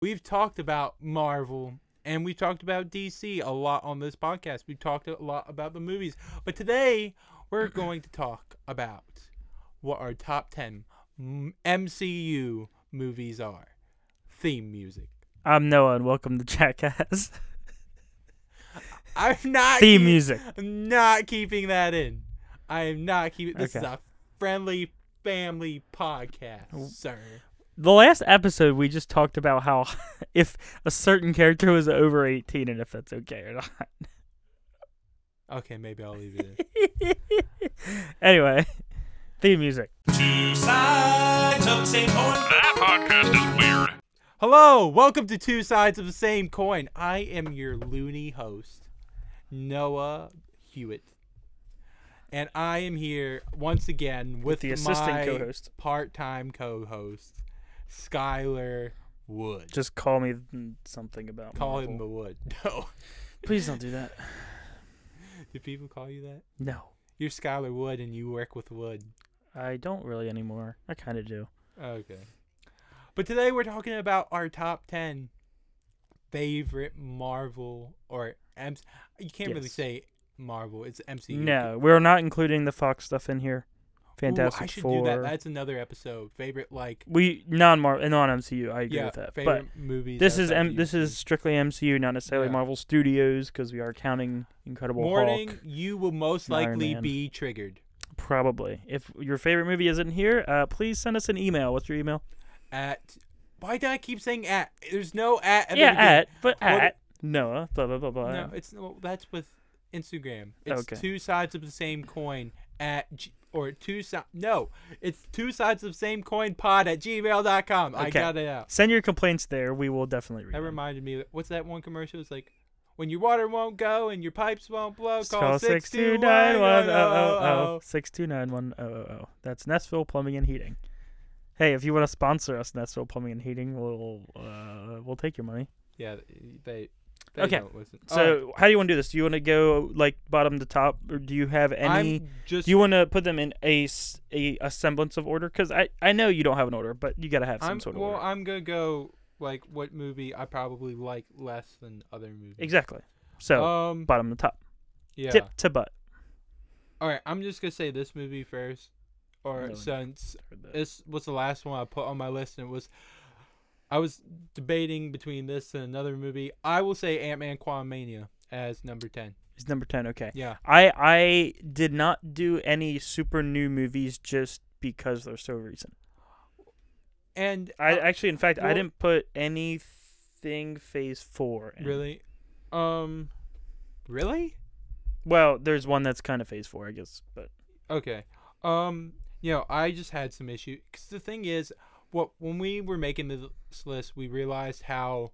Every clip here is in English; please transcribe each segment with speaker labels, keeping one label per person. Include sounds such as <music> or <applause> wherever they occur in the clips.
Speaker 1: we've talked about Marvel and we talked about DC a lot on this podcast. We've talked a lot about the movies. But today
Speaker 2: <clears throat>
Speaker 1: we're going to talk about what our top 10 m- MCU movies are. Theme music. <laughs>
Speaker 2: I'm Noah, and welcome to <laughs> Jackass.
Speaker 1: I'm not
Speaker 2: Theme
Speaker 1: keep-
Speaker 2: music.
Speaker 1: I'm not keeping that in. I am not keeping this is
Speaker 2: Okay.
Speaker 1: a friendly family podcast, sir.
Speaker 2: The last episode, we just talked about how <laughs> if a certain character was over 18 and if that's okay or not. <laughs>
Speaker 1: Okay, maybe I'll leave it in.
Speaker 2: anyway, <laughs> theme music.
Speaker 3: Two sides of the same coin. That podcast is weird.
Speaker 1: Hello, welcome to Two Sides of the Same Coin. I am your loony host, Noah Hewitt. And I am here once again with,
Speaker 2: the assistant
Speaker 1: my
Speaker 2: co-host.
Speaker 1: part-time co-host, Skylar Wood.
Speaker 2: Just call me mm, something about.
Speaker 1: Call
Speaker 2: Marvel.
Speaker 1: him the Wood. <laughs> No.
Speaker 2: Please don't
Speaker 1: <laughs>
Speaker 2: do that.
Speaker 1: Do people call you that?
Speaker 2: No,
Speaker 1: You're Skylar Wood and you work with wood.
Speaker 2: I don't really anymore. I kind of do.
Speaker 1: Okay. But today we're talking about our top 10 favorite Marvel or M. You can't really
Speaker 2: Yes.
Speaker 1: say Marvel, it's MCU.
Speaker 2: No, we're not including the Fox stuff in here. Fantastic
Speaker 1: Ooh, I should
Speaker 2: Four.
Speaker 1: do that. That's another episode. Favorite, like,
Speaker 2: we non Marvel, non MCU. I agree
Speaker 1: yeah,
Speaker 2: with that. But
Speaker 1: favorite movies.
Speaker 2: this is
Speaker 1: outside
Speaker 2: M-
Speaker 1: of
Speaker 2: this
Speaker 1: MCU.
Speaker 2: is strictly MCU, not necessarily
Speaker 1: Yeah.
Speaker 2: Marvel Studios, because we are counting Incredible
Speaker 1: Morning,
Speaker 2: Hulk.
Speaker 1: you will most
Speaker 2: and Iron
Speaker 1: likely
Speaker 2: Man.
Speaker 1: be triggered
Speaker 2: Probably. If your favorite movie isn't here, uh, please send us an email. What's your email?
Speaker 1: at. Why did I keep saying at? There's no at. At the
Speaker 2: yeah,
Speaker 1: beginning.
Speaker 2: at but
Speaker 1: What-
Speaker 2: at Noah. Blah blah blah blah.
Speaker 1: No, it's well, that's with Instagram. It's
Speaker 2: Okay.
Speaker 1: two sides of the same coin at g- or two si- No, it's two sides of the same coin pod at gmail.com. I
Speaker 2: Okay.
Speaker 1: got it out.
Speaker 2: Send your complaints there. We will definitely read.
Speaker 1: That
Speaker 2: them.
Speaker 1: reminded me. What's that one commercial? It's like. When your water won't go and your pipes won't blow,
Speaker 2: Just
Speaker 1: call,
Speaker 2: Call six two nine one oh oh oh six two nine one oh oh oh. That's Nessville Plumbing and Heating. Hey, if you want to sponsor us, Nessville Plumbing and Heating, we'll uh, we'll take your money.
Speaker 1: Yeah, they, they
Speaker 2: Okay.
Speaker 1: don't listen. Alright,
Speaker 2: So, how do you want to do this? Do you want to go like bottom to top, or do you have any?
Speaker 1: I'm just
Speaker 2: Do you want to put them in a s- a, a semblance of order? Because I I know you don't have an order, but you gotta have some
Speaker 1: I'm
Speaker 2: sort of
Speaker 1: well.
Speaker 2: order.
Speaker 1: I'm gonna go like what movie I probably like less than other movies.
Speaker 2: exactly. So
Speaker 1: Um.
Speaker 2: bottom to top,
Speaker 1: yeah.
Speaker 2: tip to butt.
Speaker 1: All right. I'm just gonna say this movie first, or
Speaker 2: No, no.
Speaker 1: since this was the last one I put on my list, and it was I was debating between this and another movie. I will say Ant Man Quantumania as number ten.
Speaker 2: Is number ten okay?
Speaker 1: Yeah.
Speaker 2: I I did not do any super new movies just because they're so recent.
Speaker 1: And
Speaker 2: I
Speaker 1: uh,
Speaker 2: actually, in fact, I
Speaker 1: well-
Speaker 2: didn't put anything Phase Four. In.
Speaker 1: really, um, really.
Speaker 2: Well, there's one that's kind of Phase Four, I guess, but
Speaker 1: Okay. Um, you know, I just had some issue because the thing is, what when we were making this list, we realized how,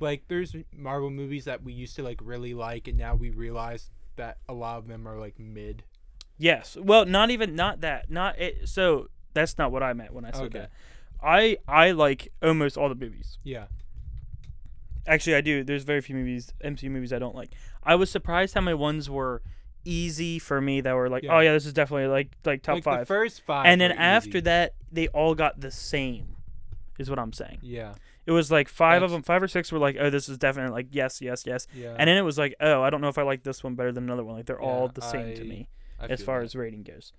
Speaker 1: like, there's Marvel movies that we used to like really like, and now we realize that a lot of them are like mid.
Speaker 2: yes. Well, not even not that. Not it. So that's not what I meant when I said
Speaker 1: Okay.
Speaker 2: that. I I like almost all the movies.
Speaker 1: Yeah.
Speaker 2: Actually, I do. There's very few movies, MCU movies, I don't like. I was surprised how many ones were easy for me that were like,
Speaker 1: Yeah.
Speaker 2: oh yeah, this is definitely like like top
Speaker 1: like the
Speaker 2: five.
Speaker 1: first five.
Speaker 2: and then
Speaker 1: were
Speaker 2: after
Speaker 1: easy.
Speaker 2: that they all got the same is what i'm saying
Speaker 1: Yeah.
Speaker 2: it was like five of
Speaker 1: That's-
Speaker 2: them five or six were like oh this is definitely like yes yes yes
Speaker 1: Yeah.
Speaker 2: and then it was like oh i don't know if i like this one better than another one like they're all
Speaker 1: Yeah,
Speaker 2: the same to
Speaker 1: I-
Speaker 2: me
Speaker 1: I
Speaker 2: as
Speaker 1: feel
Speaker 2: far
Speaker 1: that.
Speaker 2: as rating goes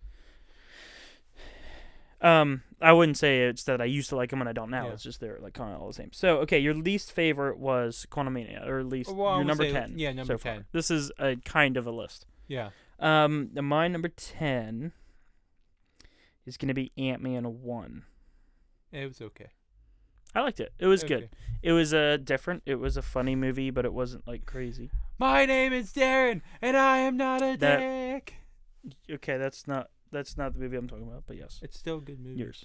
Speaker 2: um i wouldn't say it's that i used to like them and i don't now
Speaker 1: Yeah.
Speaker 2: it's just they're like kind of all the same so okay your least favorite was quantumania or at least
Speaker 1: Well, I
Speaker 2: your
Speaker 1: would
Speaker 2: number
Speaker 1: say,
Speaker 2: 10
Speaker 1: yeah, number
Speaker 2: so far.
Speaker 1: 10.
Speaker 2: this is a kind of a list
Speaker 1: yeah.
Speaker 2: um, my number ten is gonna be Ant Man one.
Speaker 1: It was okay.
Speaker 2: I liked it. It was good.
Speaker 1: Okay.
Speaker 2: It was uh, different. It was a funny movie, but it wasn't like crazy.
Speaker 1: My name is Darren, and I am not a
Speaker 2: That-
Speaker 1: dick.
Speaker 2: Okay, that's not that's not the movie I'm talking about. But yes,
Speaker 1: It's still a good movie.
Speaker 2: yours.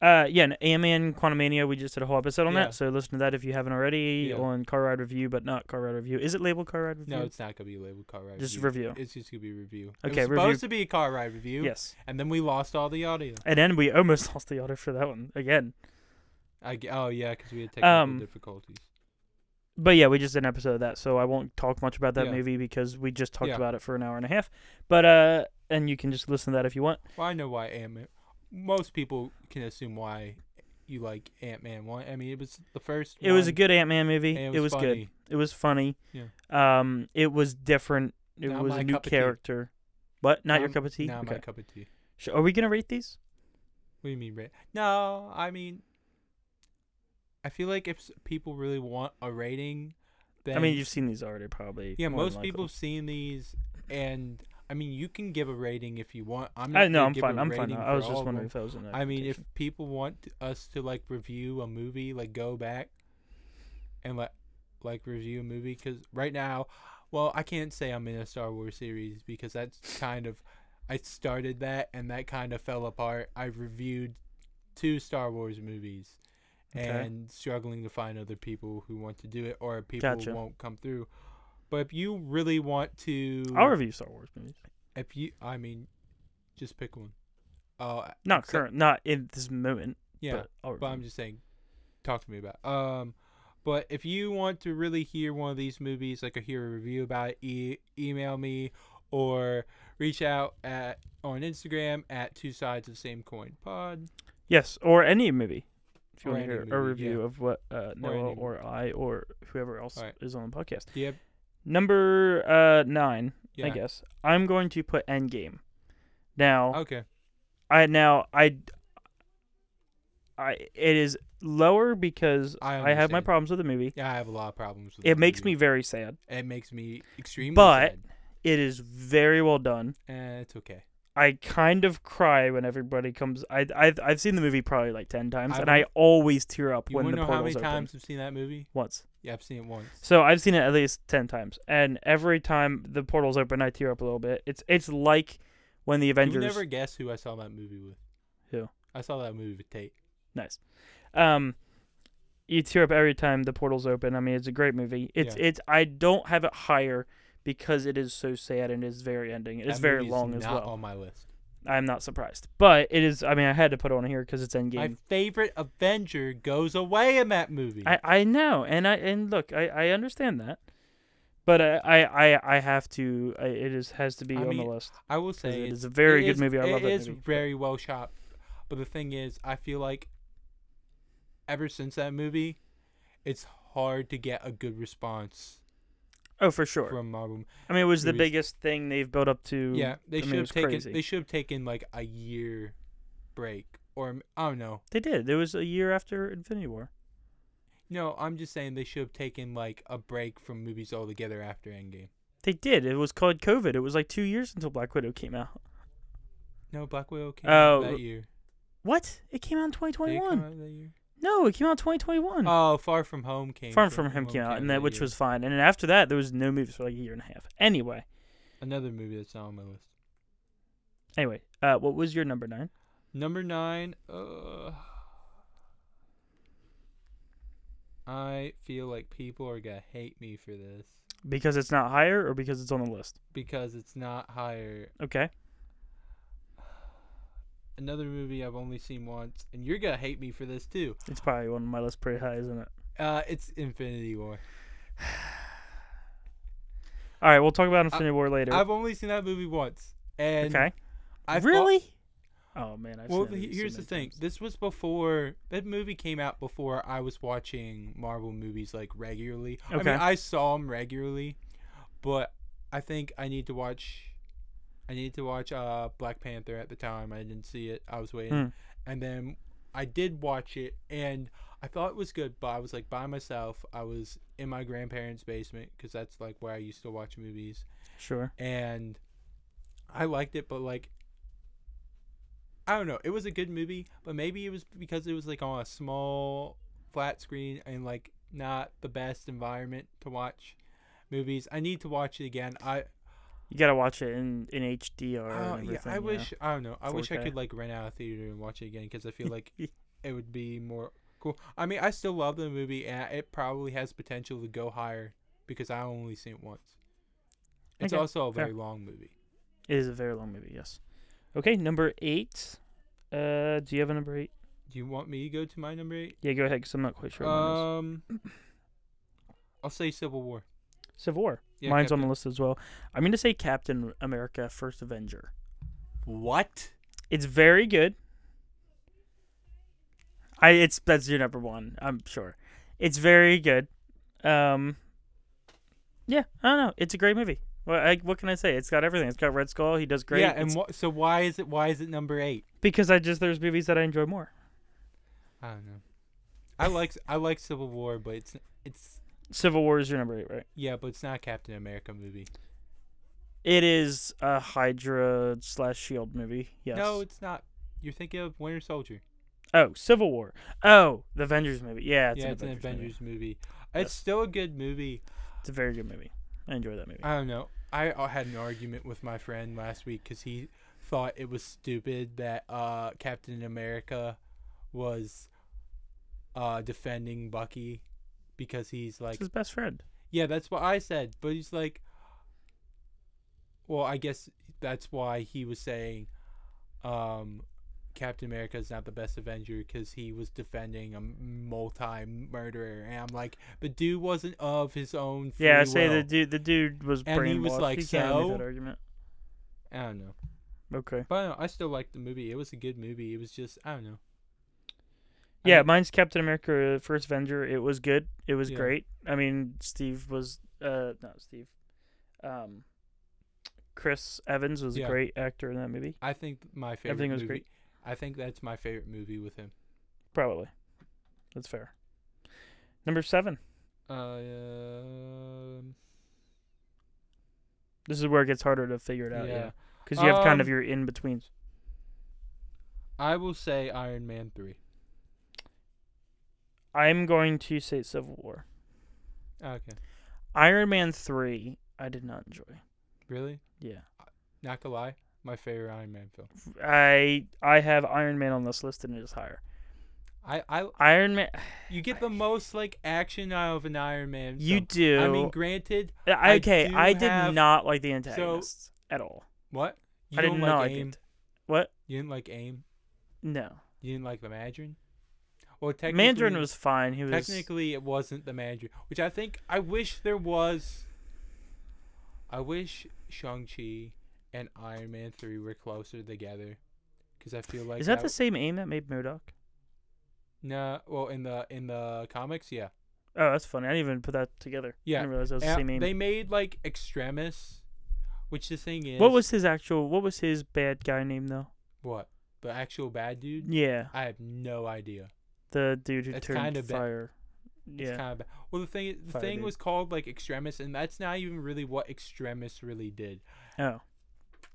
Speaker 2: Uh, yeah, no, Ant Man Quantumania. We just did a whole episode on
Speaker 1: Yeah.
Speaker 2: that, so listen to that if you haven't already
Speaker 1: Yeah.
Speaker 2: on Car Ride Review, but not Car Ride Review. Is it labeled Car Ride Review?
Speaker 1: No, it's not gonna be labeled car ride.
Speaker 2: Just review.
Speaker 1: It's just gonna be review.
Speaker 2: Okay,
Speaker 1: it was
Speaker 2: review.
Speaker 1: supposed to be a car ride review.
Speaker 2: yes.
Speaker 1: And then we lost all the audio.
Speaker 2: And then we almost <laughs> lost the order for that one again.
Speaker 1: I g oh yeah, because we had technical
Speaker 2: Um,
Speaker 1: difficulties.
Speaker 2: But yeah, we just did an episode of that, so I won't talk much about that
Speaker 1: Yeah.
Speaker 2: movie because we just talked
Speaker 1: Yeah.
Speaker 2: about it for an hour and a half. But uh, and you can just listen to that if you want.
Speaker 1: Well, I know why Ant Man. Most people can assume why you like Ant Man one. I mean, it was the first.
Speaker 2: It was a
Speaker 1: one,
Speaker 2: good Ant Man movie.
Speaker 1: and
Speaker 2: It was, good.
Speaker 1: funny.
Speaker 2: It was funny.
Speaker 1: Yeah.
Speaker 2: Um, it was different. It
Speaker 1: Not
Speaker 2: was
Speaker 1: my
Speaker 2: a new
Speaker 1: cup of tea.
Speaker 2: character. What? Not your
Speaker 1: Um,
Speaker 2: cup of tea?
Speaker 1: Not
Speaker 2: okay.
Speaker 1: my cup of tea.
Speaker 2: Sh- Are we gonna rate these?
Speaker 1: What do you mean, right? No, I mean, I feel like if s- people really want a rating, then
Speaker 2: I mean, you've seen these already, probably.
Speaker 1: yeah,
Speaker 2: more than
Speaker 1: most
Speaker 2: likely.
Speaker 1: people have seen these, and I mean, you can give a rating if you want. I'm not
Speaker 2: I know.
Speaker 1: gonna
Speaker 2: I'm
Speaker 1: give
Speaker 2: fine.
Speaker 1: a
Speaker 2: I'm fine.
Speaker 1: rating
Speaker 2: I was
Speaker 1: for
Speaker 2: just
Speaker 1: all of them.
Speaker 2: wondering if that was an.
Speaker 1: I mean, if
Speaker 2: expectation.
Speaker 1: people want t- us to like review a movie, like go back and like like review a movie because right now, well, I can't say I'm in a Star Wars series because that's kind of I started that and that kind of fell apart. I've reviewed two Star Wars movies
Speaker 2: Okay.
Speaker 1: and struggling to find other people who want to do it or people
Speaker 2: Gotcha.
Speaker 1: won't come through. But if you really want to,
Speaker 2: I'll review Star Wars movies.
Speaker 1: if you, I mean, just pick one. Oh,
Speaker 2: Not
Speaker 1: except-
Speaker 2: current. Not in this moment.
Speaker 1: yeah.
Speaker 2: But, I'll
Speaker 1: But
Speaker 2: review.
Speaker 1: I'm just saying, talk to me about. Um, but if you want to really hear one of these movies, like a hear a review about it, e- email me or reach out at on Instagram at two sides of same coin pod.
Speaker 2: Yes, or any movie. If you
Speaker 1: Or
Speaker 2: want
Speaker 1: any
Speaker 2: to hear a
Speaker 1: movie,
Speaker 2: review of what uh, Noah
Speaker 1: any
Speaker 2: or I or whoever else
Speaker 1: Alright.
Speaker 2: is on the podcast.
Speaker 1: Do you have-
Speaker 2: Number uh, nine,
Speaker 1: yeah.
Speaker 2: I guess. I'm going to put Endgame. Now,
Speaker 1: Okay.
Speaker 2: I now I I it is lower because
Speaker 1: I
Speaker 2: I, have my
Speaker 1: understand.
Speaker 2: problems with the movie.
Speaker 1: Yeah, I have a lot of problems with
Speaker 2: It
Speaker 1: that
Speaker 2: makes me
Speaker 1: movie.
Speaker 2: very sad.
Speaker 1: It makes me extremely.
Speaker 2: But-
Speaker 1: sad.
Speaker 2: It is very well done.
Speaker 1: Eh, it's okay.
Speaker 2: I kind of cry when everybody comes. I I've, I've seen the movie probably like ten times,
Speaker 1: I
Speaker 2: and I
Speaker 1: wanna-
Speaker 2: always tear up
Speaker 1: You
Speaker 2: when
Speaker 1: want
Speaker 2: the
Speaker 1: to know
Speaker 2: portals
Speaker 1: how many
Speaker 2: open.
Speaker 1: times I've seen that movie?
Speaker 2: Once.
Speaker 1: Yeah, I've seen it once.
Speaker 2: So I've seen it at least ten times, and every time the portals open, I tear up a little bit. It's it's like when the
Speaker 1: you
Speaker 2: Avengers.
Speaker 1: never guess who I saw that movie with.
Speaker 2: Who?
Speaker 1: I saw that movie with Tate.
Speaker 2: Nice. Um, you tear up every time the portals open. I mean, it's a great movie. It's
Speaker 1: Yeah.
Speaker 2: it's. I don't have it higher because it is so sad and it is very ending. It is
Speaker 1: That
Speaker 2: very
Speaker 1: movie's
Speaker 2: long as
Speaker 1: not
Speaker 2: well.
Speaker 1: On my list.
Speaker 2: I'm not surprised, but it is. I mean, I had to put it on here because it's Endgame.
Speaker 1: My favorite Avenger goes away in that movie.
Speaker 2: I, I know, and I and look, I, I understand that, but I I I, I have to. I, it is has to be
Speaker 1: I
Speaker 2: on
Speaker 1: mean,
Speaker 2: the list.
Speaker 1: I will
Speaker 2: 'cause
Speaker 1: say
Speaker 2: it
Speaker 1: it's-
Speaker 2: is a very
Speaker 1: it
Speaker 2: good
Speaker 1: is-
Speaker 2: movie. I love
Speaker 1: It
Speaker 2: that
Speaker 1: is
Speaker 2: movie.
Speaker 1: very well shot, but the thing is, I feel like ever since that movie, it's hard to get a good response
Speaker 2: Oh, for sure.
Speaker 1: from Marvel.
Speaker 2: I mean, it was the
Speaker 1: movies.
Speaker 2: biggest thing they've built up to.
Speaker 1: Yeah, they
Speaker 2: I mean,
Speaker 1: should
Speaker 2: it
Speaker 1: have
Speaker 2: was
Speaker 1: taken.
Speaker 2: crazy.
Speaker 1: They should have taken like a year break, or I don't know.
Speaker 2: They did. It was a year after Infinity War.
Speaker 1: No, I'm just saying they should have taken like a break from movies altogether after Endgame.
Speaker 2: They did. It was called COVID. It was like two years until Black Widow came out.
Speaker 1: No, Black Widow came out
Speaker 2: Oh,
Speaker 1: that year.
Speaker 2: What? It came out in
Speaker 1: Did it come
Speaker 2: 2021.
Speaker 1: out that year?
Speaker 2: No, it came out in 2021.
Speaker 1: Oh, Far From Home came.
Speaker 2: Farm from Home came out, and that which
Speaker 1: year.
Speaker 2: was fine. And then after that, there was no movies for like a year and a half. Anyway,
Speaker 1: another movie that's not on my list.
Speaker 2: anyway, uh, what was your number nine?
Speaker 1: Number nine. Uh, I feel like people are gonna hate me for this
Speaker 2: Because it's not higher, or because it's on the list?
Speaker 1: because it's not higher.
Speaker 2: Okay.
Speaker 1: Another movie I've only seen once, and you're gonna hate me for this too.
Speaker 2: It's probably on my list pretty high, isn't it?
Speaker 1: Uh, it's Infinity War.
Speaker 2: All right, we'll talk about Infinity War later.
Speaker 1: I've only seen that movie once, and
Speaker 2: okay.
Speaker 1: I thought-
Speaker 2: really? oh man, I've
Speaker 1: well,
Speaker 2: seen that
Speaker 1: he-
Speaker 2: movie so
Speaker 1: here's the
Speaker 2: many
Speaker 1: thing.
Speaker 2: times.
Speaker 1: This was before that movie came out. Before I was watching Marvel movies like regularly. I
Speaker 2: Okay.
Speaker 1: mean, I saw them regularly, but I think I need to watch. I need to watch uh, Black Panther at the time. I didn't see it. I was waiting,
Speaker 2: Hmm.
Speaker 1: and then I did watch it, and I thought it was good. But I was like by myself. I was in my grandparents' basement because that's like where I used to watch movies
Speaker 2: Sure.
Speaker 1: and I liked it, but like I don't know, it was a good movie, but maybe it was because it was like on a small flat screen and like not the best environment to watch movies. I need to watch it again. I
Speaker 2: You gotta watch it in in HDR.
Speaker 1: oh,
Speaker 2: and
Speaker 1: yeah,
Speaker 2: everything,
Speaker 1: I wish I don't know. I wish I
Speaker 2: 4K.
Speaker 1: could like rent out a theater and watch it again because
Speaker 2: <laughs>
Speaker 1: I feel like it would be more cool. I mean, I still love the movie and it probably has potential to go higher because I only seen it once. It's
Speaker 2: Okay,
Speaker 1: also a
Speaker 2: fair.
Speaker 1: very long movie.
Speaker 2: It is a very long movie, yes. Okay, number eight. Uh, do you have a number eight?
Speaker 1: Do you want me to go to my number eight?
Speaker 2: Yeah, go ahead, because I'm not quite sure. what mine is.
Speaker 1: Um, <clears throat> I'll say Civil War.
Speaker 2: Civil War.
Speaker 1: yeah,
Speaker 2: Mine's on the
Speaker 1: Captain-
Speaker 2: list as well. I'm going to say Captain America: First Avenger.
Speaker 1: What?
Speaker 2: It's very good. I it's that's your number one. I'm sure. It's very good. Um. Yeah, I don't know. It's a great movie. What I, what can I say? It's got everything. It's got Red Skull. He does great.
Speaker 1: Yeah, and
Speaker 2: It's-
Speaker 1: wh- so why is it why is it number eight?
Speaker 2: because I just there's movies that I enjoy more.
Speaker 1: I don't know. I like I like Civil War, but it's it's
Speaker 2: Civil War is your number eight, right?
Speaker 1: yeah, but it's not a Captain America movie.
Speaker 2: It is a Hydra slash Shield E movie. Yes.
Speaker 1: No, it's not. You're thinking of Winter Soldier.
Speaker 2: Oh, Civil War. Oh, the Avengers movie. Yeah, it's
Speaker 1: yeah,
Speaker 2: an
Speaker 1: it's
Speaker 2: Avengers.
Speaker 1: an
Speaker 2: movie.
Speaker 1: Avengers movie.
Speaker 2: Yes.
Speaker 1: It's still a good movie.
Speaker 2: It's a very good movie. I enjoy that movie.
Speaker 1: I don't know. I uh, had an argument with my friend last week because he thought it was stupid that uh, Captain America was uh, defending Bucky because he's like
Speaker 2: it's his best friend.
Speaker 1: Yeah, that's what I said. But he's like, well, I guess that's why he was saying um, Captain America is not the best Avenger because he was defending a multi murderer. And I'm like, the dude wasn't of his own free
Speaker 2: Yeah, I say the
Speaker 1: will.
Speaker 2: dude. The dude was
Speaker 1: And
Speaker 2: brainwashed.
Speaker 1: he was like,
Speaker 2: You can't make
Speaker 1: "So?"
Speaker 2: that argument.
Speaker 1: I don't know.
Speaker 2: Okay.
Speaker 1: But I, don't know, I still like the movie. It was a good movie. It was just, I don't know. I
Speaker 2: Yeah,
Speaker 1: mean-
Speaker 2: mine's Captain America: uh, First Avenger. It was good. It was
Speaker 1: Yeah.
Speaker 2: great. I mean, Steve was uh not Steve, um, Chris Evans was
Speaker 1: Yeah.
Speaker 2: a great actor in that movie.
Speaker 1: I think my favorite
Speaker 2: Everything was
Speaker 1: movie-
Speaker 2: great.
Speaker 1: I think that's my favorite movie with him.
Speaker 2: Probably, that's fair. Number seven.
Speaker 1: Uh, Um
Speaker 2: This is where it gets harder to figure it out.
Speaker 1: yeah.
Speaker 2: Yeah, because you have kind of
Speaker 1: Um,
Speaker 2: your in betweens.
Speaker 1: I will say Iron Man 3.
Speaker 2: I'm going to say Civil War.
Speaker 1: Okay.
Speaker 2: Iron Man three. I did not enjoy.
Speaker 1: Really?
Speaker 2: Yeah.
Speaker 1: Not gonna lie, my favorite Iron Man film.
Speaker 2: I I have Iron Man on this list and it is higher.
Speaker 1: I, I
Speaker 2: Iron Man,
Speaker 1: you get the most like action out of an Iron Man.
Speaker 2: you
Speaker 1: film.
Speaker 2: do.
Speaker 1: I mean, granted,
Speaker 2: Uh,
Speaker 1: I
Speaker 2: okay,
Speaker 1: do
Speaker 2: I, did
Speaker 1: have-
Speaker 2: not like the antagonists at all.
Speaker 1: what you
Speaker 2: I did
Speaker 1: don't
Speaker 2: not
Speaker 1: like
Speaker 2: like
Speaker 1: aim.
Speaker 2: it. What?
Speaker 1: You didn't like aim.
Speaker 2: No,
Speaker 1: You didn't like the Mandarin. Well, technically,
Speaker 2: Mandarin was fine. He was
Speaker 1: technically it wasn't the Mandarin, which I think I wish there was. I wish Shang Chi and Iron Man three were closer together, because I feel like
Speaker 2: Is that the same aim that made Modoc?
Speaker 1: no? Well, in the in the comics, yeah.
Speaker 2: Oh, that's funny. I didn't even put that together.
Speaker 1: Yeah,
Speaker 2: I didn't realize that was the
Speaker 1: Yeah,
Speaker 2: same aim.
Speaker 1: They made like Extremis, which the thing is.
Speaker 2: What was his actual? What was his bad guy name though?
Speaker 1: what the actual bad dude?
Speaker 2: Yeah,
Speaker 1: I have no idea.
Speaker 2: the dude who
Speaker 1: It's
Speaker 2: turned
Speaker 1: kinda ba-
Speaker 2: fire.
Speaker 1: It's
Speaker 2: Yeah,
Speaker 1: kind of bad. Well, the thing the
Speaker 2: Fire
Speaker 1: thing
Speaker 2: dude.
Speaker 1: was called like Extremis, and that's not even really what Extremis really did,
Speaker 2: oh,